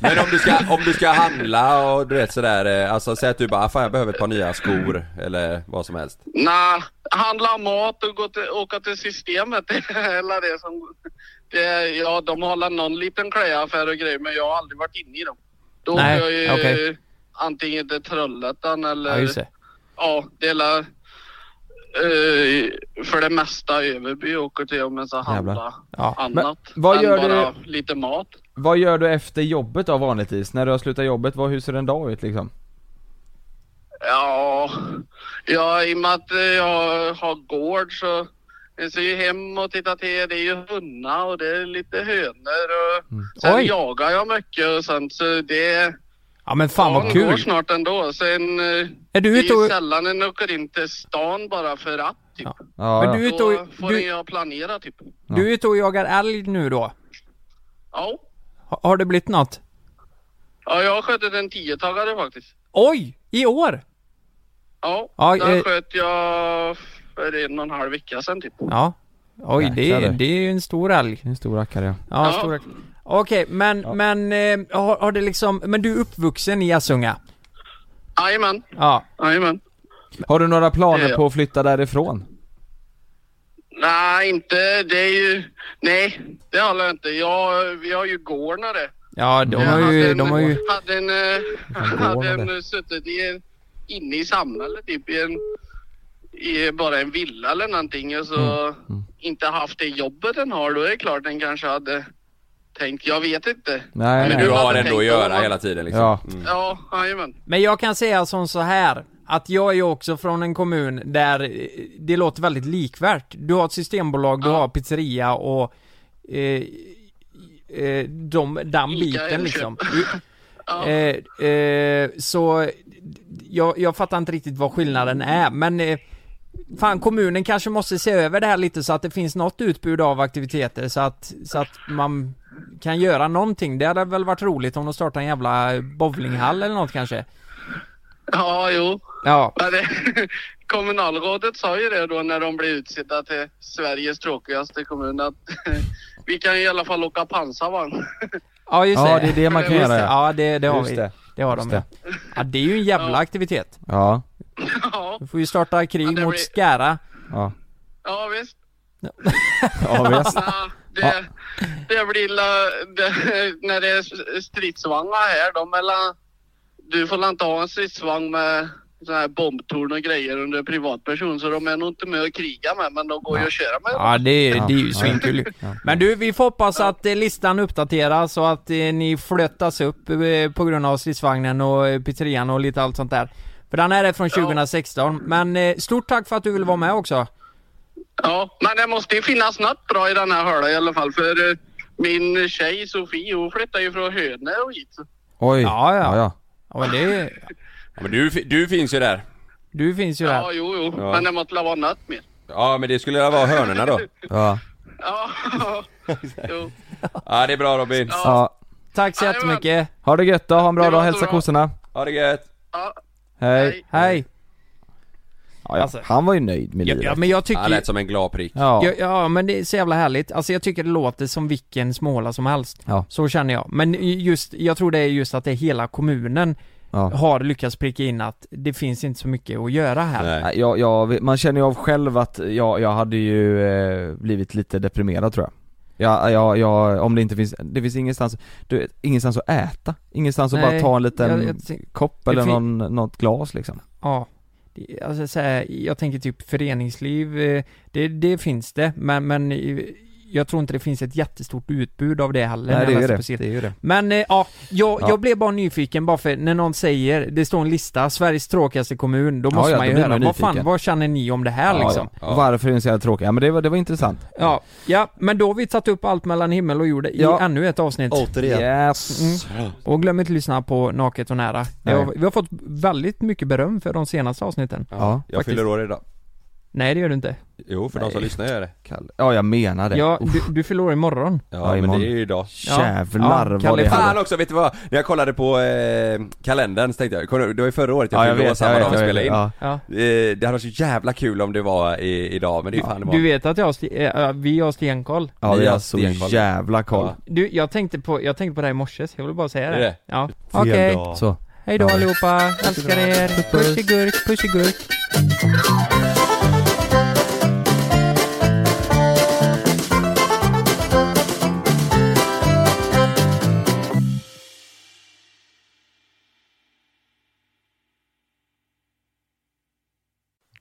Speaker 1: Men om du, ska, om du ska handla och du vet sådär, eh, alltså säg att du bara "Ah, fan jag behöver ett par nya skor eller vad som helst.
Speaker 8: Nej, handla mat och gå till, åka till systemet. *laughs* det är hela det som, det, ja, de har väl någon liten klädaffär och grejer, men jag har aldrig varit inne i dem. Då åker
Speaker 3: Nej,
Speaker 8: jag ju
Speaker 3: okej.
Speaker 8: antingen till Trollhättan eller...
Speaker 3: Ja, just det.
Speaker 8: Ja, det är la, eh, för det mesta Överby åker till om en så handla
Speaker 3: Ja.
Speaker 8: annat.
Speaker 2: Men vad
Speaker 8: än
Speaker 2: gör du-
Speaker 8: bara lite mat.
Speaker 2: Vad gör du efter jobbet då vanligtvis? När du har slutat jobbet, vad, hur ser en dag ut liksom?
Speaker 8: Ja, ja, i och med att eh, jag har gård så jag ser ju hem och tittar till. Det är ju hundar och det är lite hönor och sen
Speaker 3: Mm. Oj.
Speaker 8: jagar jag mycket och sånt så det...
Speaker 3: Ja men fan vad
Speaker 8: dagen går
Speaker 3: kul.
Speaker 8: snart ändå. Sen... eh,
Speaker 3: Är du
Speaker 8: det
Speaker 3: ute
Speaker 8: är ju
Speaker 3: och...
Speaker 8: sällan en åker in till stan bara för att typ.
Speaker 3: Ja.
Speaker 2: Ja,
Speaker 3: Men
Speaker 2: ja.
Speaker 3: du är ute
Speaker 8: Då
Speaker 3: och...
Speaker 8: får
Speaker 3: Du,
Speaker 8: jag planera typ.
Speaker 3: du är ute och jagar älg nu då?
Speaker 8: Ja.
Speaker 3: Ha- Har det blivit något?
Speaker 8: Ja, jag har skjutit en tiotaggare faktiskt.
Speaker 3: Oj! I år?
Speaker 8: Ja,
Speaker 3: Ja,
Speaker 8: den
Speaker 3: eh.
Speaker 8: sköt jag för en och en halv vecka sedan typ.
Speaker 3: Ja. Oj, det,
Speaker 2: Jäklar.
Speaker 3: det är ju en stor älg.
Speaker 2: Det är en stor rackare ja.
Speaker 3: Ja, en
Speaker 8: Ja.
Speaker 3: stor älg. Okej, men, men eh, har, har det liksom, men du är uppvuxen i Asunga?
Speaker 8: Jajamän,
Speaker 3: Ja.
Speaker 8: jajamän.
Speaker 2: Har du några planer
Speaker 8: Ja.
Speaker 2: på att flytta därifrån?
Speaker 8: Nej, inte. Det är ju... Nej, det håller jag inte. Jag, vi har ju gården och det.
Speaker 3: Ja, de
Speaker 8: Jag
Speaker 3: har
Speaker 8: hade
Speaker 3: ju,
Speaker 8: en-
Speaker 3: de har ju,
Speaker 8: Hade en, eh, hade
Speaker 2: gården och
Speaker 8: en suttit i en, inne i samhället typ i en... I bara en villa eller någonting och så
Speaker 3: Mm.
Speaker 8: inte haft det jobbet den har. Då är det klart den kanske hade tänkt, jag vet inte.
Speaker 1: Men
Speaker 2: Nej, nej.
Speaker 1: du har ändå
Speaker 8: hade
Speaker 1: att
Speaker 8: tänkt Alltså, om
Speaker 1: göra
Speaker 8: man-
Speaker 1: hela tiden liksom.
Speaker 2: Ja.
Speaker 1: Mm.
Speaker 8: Ja, jajamän.
Speaker 3: men jag kan säga som så här att jag är ju också från en kommun där eh, det låter väldigt likvärt. Du har ett systembolag, du har pizzeria och eh, eh, de, den
Speaker 8: Ica
Speaker 3: biten
Speaker 8: Hemköp.
Speaker 3: liksom. Du-
Speaker 8: Ja.
Speaker 3: Eh, eh, så d- d- jag, jag fattar inte riktigt vad skillnaden är, men eh, fan kommunen kanske måste se över det här lite så att det finns något utbud av aktiviteter så att, så att man kan göra någonting. Det hade väl varit roligt om de startade en jävla bowlinghall eller något kanske.
Speaker 8: Ja, jo.
Speaker 3: Ja,
Speaker 8: Men det, *laughs* kommunalrådet sa ju det då när de blev utsedda till Sveriges tråkigaste kommun att *laughs* vi kan i alla fall åka pansarvagn.
Speaker 3: ja just
Speaker 2: Ja,
Speaker 3: det.
Speaker 2: det är det man kan
Speaker 3: Just
Speaker 2: göra,
Speaker 3: det.
Speaker 2: ja.
Speaker 3: Ja, det, det har
Speaker 2: Just
Speaker 3: vi.
Speaker 2: det.
Speaker 3: Det. har
Speaker 2: Just
Speaker 3: de.
Speaker 2: det.
Speaker 3: ja. Ja, det är ju en jävla aktivitet.
Speaker 2: Ja,
Speaker 8: *laughs* ja,
Speaker 3: Vi får ju starta krig
Speaker 8: Ja, det
Speaker 3: mot
Speaker 8: blir-
Speaker 3: Skära.
Speaker 2: ja.
Speaker 8: ja visst.
Speaker 2: Ja,
Speaker 3: *laughs*
Speaker 2: visst.
Speaker 8: Ja, det, det blir la, det, *laughs* när det är stridsvagnar här då mellan... Du får la inte ha en stridsvagn med sådana här bombtorn och grejer under privatperson så de är nog inte med och kriga med men de går ju att köra med.
Speaker 3: Ja det, är- det är ju
Speaker 2: Ja.
Speaker 3: svinkul ju. Men du, vi får hoppas att eh, listan uppdateras och att eh, ni flöttas upp eh, på grund av stridsvagnen och eh, pizzerian och lite allt sånt där. För den här är från 2016, men eh, stort tack för att du ville vara med också.
Speaker 8: Ja, men det måste ju finnas något bra i den här hörda i alla fall för eh, min tjej Sofie hon flyttar ju från Hönö och hit.
Speaker 2: Oj.
Speaker 3: Ja, ja.
Speaker 2: ja, ja.
Speaker 3: Ja, men det,
Speaker 1: Ja, men du, fi- du finns ju där.
Speaker 3: du finns ju
Speaker 8: Ja,
Speaker 3: där.
Speaker 8: jo, jo,
Speaker 1: Ja.
Speaker 8: men det måste la vara något mer.
Speaker 1: Ja men det skulle vara hörnorna då.
Speaker 2: ja.
Speaker 8: Ja, *laughs* jo.
Speaker 1: Ja det är bra Robin.
Speaker 2: ja.
Speaker 3: Tack så
Speaker 8: Ja, det var-
Speaker 3: jättemycket.
Speaker 2: Ha det gött då, ha en bra
Speaker 8: Det
Speaker 2: dag,
Speaker 8: var
Speaker 2: hälsa
Speaker 8: bra.
Speaker 2: kossorna.
Speaker 1: Ha det gött.
Speaker 8: Ja,
Speaker 2: Hej.
Speaker 8: hej.
Speaker 3: Hej.
Speaker 2: Ja, ja.
Speaker 3: Alltså-
Speaker 2: Han var ju nöjd med
Speaker 3: Ja,
Speaker 2: livet.
Speaker 3: ja men jag tycker
Speaker 1: Han
Speaker 3: ju-
Speaker 1: lät som en glad prick.
Speaker 2: Ja.
Speaker 3: Ja. ja, men det är så jävla härligt. Alltså jag tycker det låter som vilken småla som helst.
Speaker 2: Ja.
Speaker 3: Så känner jag. Men just, jag tror det är just att det är hela kommunen
Speaker 2: Ja.
Speaker 3: har lyckats pricka in att det finns inte så mycket att göra här.
Speaker 1: Nej.
Speaker 2: Nej, Jag, jag, man känner ju av själv att jag, jag hade ju eh, blivit lite deprimerad tror jag. Ja, ja, ja, om det inte finns, det finns ingenstans, du, vet, ingenstans att äta, ingenstans att bara
Speaker 3: Nej,
Speaker 2: ta en liten
Speaker 3: jag- jag tänk-
Speaker 2: kopp
Speaker 3: det
Speaker 2: eller
Speaker 3: fin-
Speaker 2: någon, något glas liksom
Speaker 3: Ja. Det- Alltså så här, jag tänker typ föreningsliv, eh, det, det finns det, men, men eh, jag tror inte det finns ett jättestort utbud av det heller. när
Speaker 2: Nej
Speaker 3: jag
Speaker 2: det är ju
Speaker 3: läste
Speaker 2: det,
Speaker 3: på sidan.
Speaker 2: det är ju det
Speaker 3: Men eh, ja, jag,
Speaker 2: Ja.
Speaker 3: jag blev bara nyfiken bara för när någon säger, det står en lista, Sveriges tråkigaste kommun, då
Speaker 2: Ja,
Speaker 3: måste
Speaker 2: ja,
Speaker 3: man
Speaker 2: då
Speaker 3: ju
Speaker 2: blir
Speaker 3: höra,
Speaker 2: man
Speaker 3: vad fan,
Speaker 2: nyfiken.
Speaker 3: vad känner ni om det här
Speaker 2: Ja,
Speaker 3: liksom?
Speaker 2: ja. Varför är den så jävla tråkig? Ja men det var, det var intressant
Speaker 3: Ja. ja, men då har vi tagit upp allt mellan himmel och jord i
Speaker 2: Ja. Oh.
Speaker 3: ännu ett avsnitt.
Speaker 9: Återigen.
Speaker 2: Yes!
Speaker 3: Och glöm inte lyssna på Naket och Nära. Det
Speaker 2: Nej.
Speaker 3: har, vi har fått väldigt mycket beröm för de senaste avsnitten.
Speaker 2: Ja,
Speaker 1: Jag fyller år idag.
Speaker 3: Nej det gör du inte.
Speaker 1: Jo för de
Speaker 2: Nej.
Speaker 1: som lyssnar gör det.
Speaker 2: Kalle. Ja jag menar det,
Speaker 3: Ja,
Speaker 2: ja,
Speaker 3: du, du fyller år imorgon.
Speaker 1: Ja men
Speaker 2: imorgon.
Speaker 1: det är ju idag.
Speaker 2: jävlar
Speaker 3: Ja,
Speaker 2: vad
Speaker 3: Kalle,
Speaker 2: det
Speaker 1: Fan
Speaker 2: hade
Speaker 1: också, vet du vad? När jag kollade på eh, kalendern så tänkte jag, kommer du- det var ju förra året jag fyllde år samma dag vi spelade in.
Speaker 2: ja.
Speaker 3: Ja.
Speaker 1: Eh, Det hade varit så jävla kul om det var i, idag men det är fan det var.
Speaker 3: Du vet att jag har sti- eh, eh, vi har stenkoll.
Speaker 2: ja
Speaker 1: Ni
Speaker 2: vi
Speaker 1: har
Speaker 2: har så
Speaker 1: stenkoll.
Speaker 2: jävla koll
Speaker 3: Du, jag tänkte på, jag tänkte på det här i morse, så jag vill bara säga
Speaker 1: Är
Speaker 3: det.
Speaker 1: det?
Speaker 3: Ja. Okej,
Speaker 2: Så,
Speaker 3: hej då allihopa, älskar er. Puss i gurk, puss i gurk.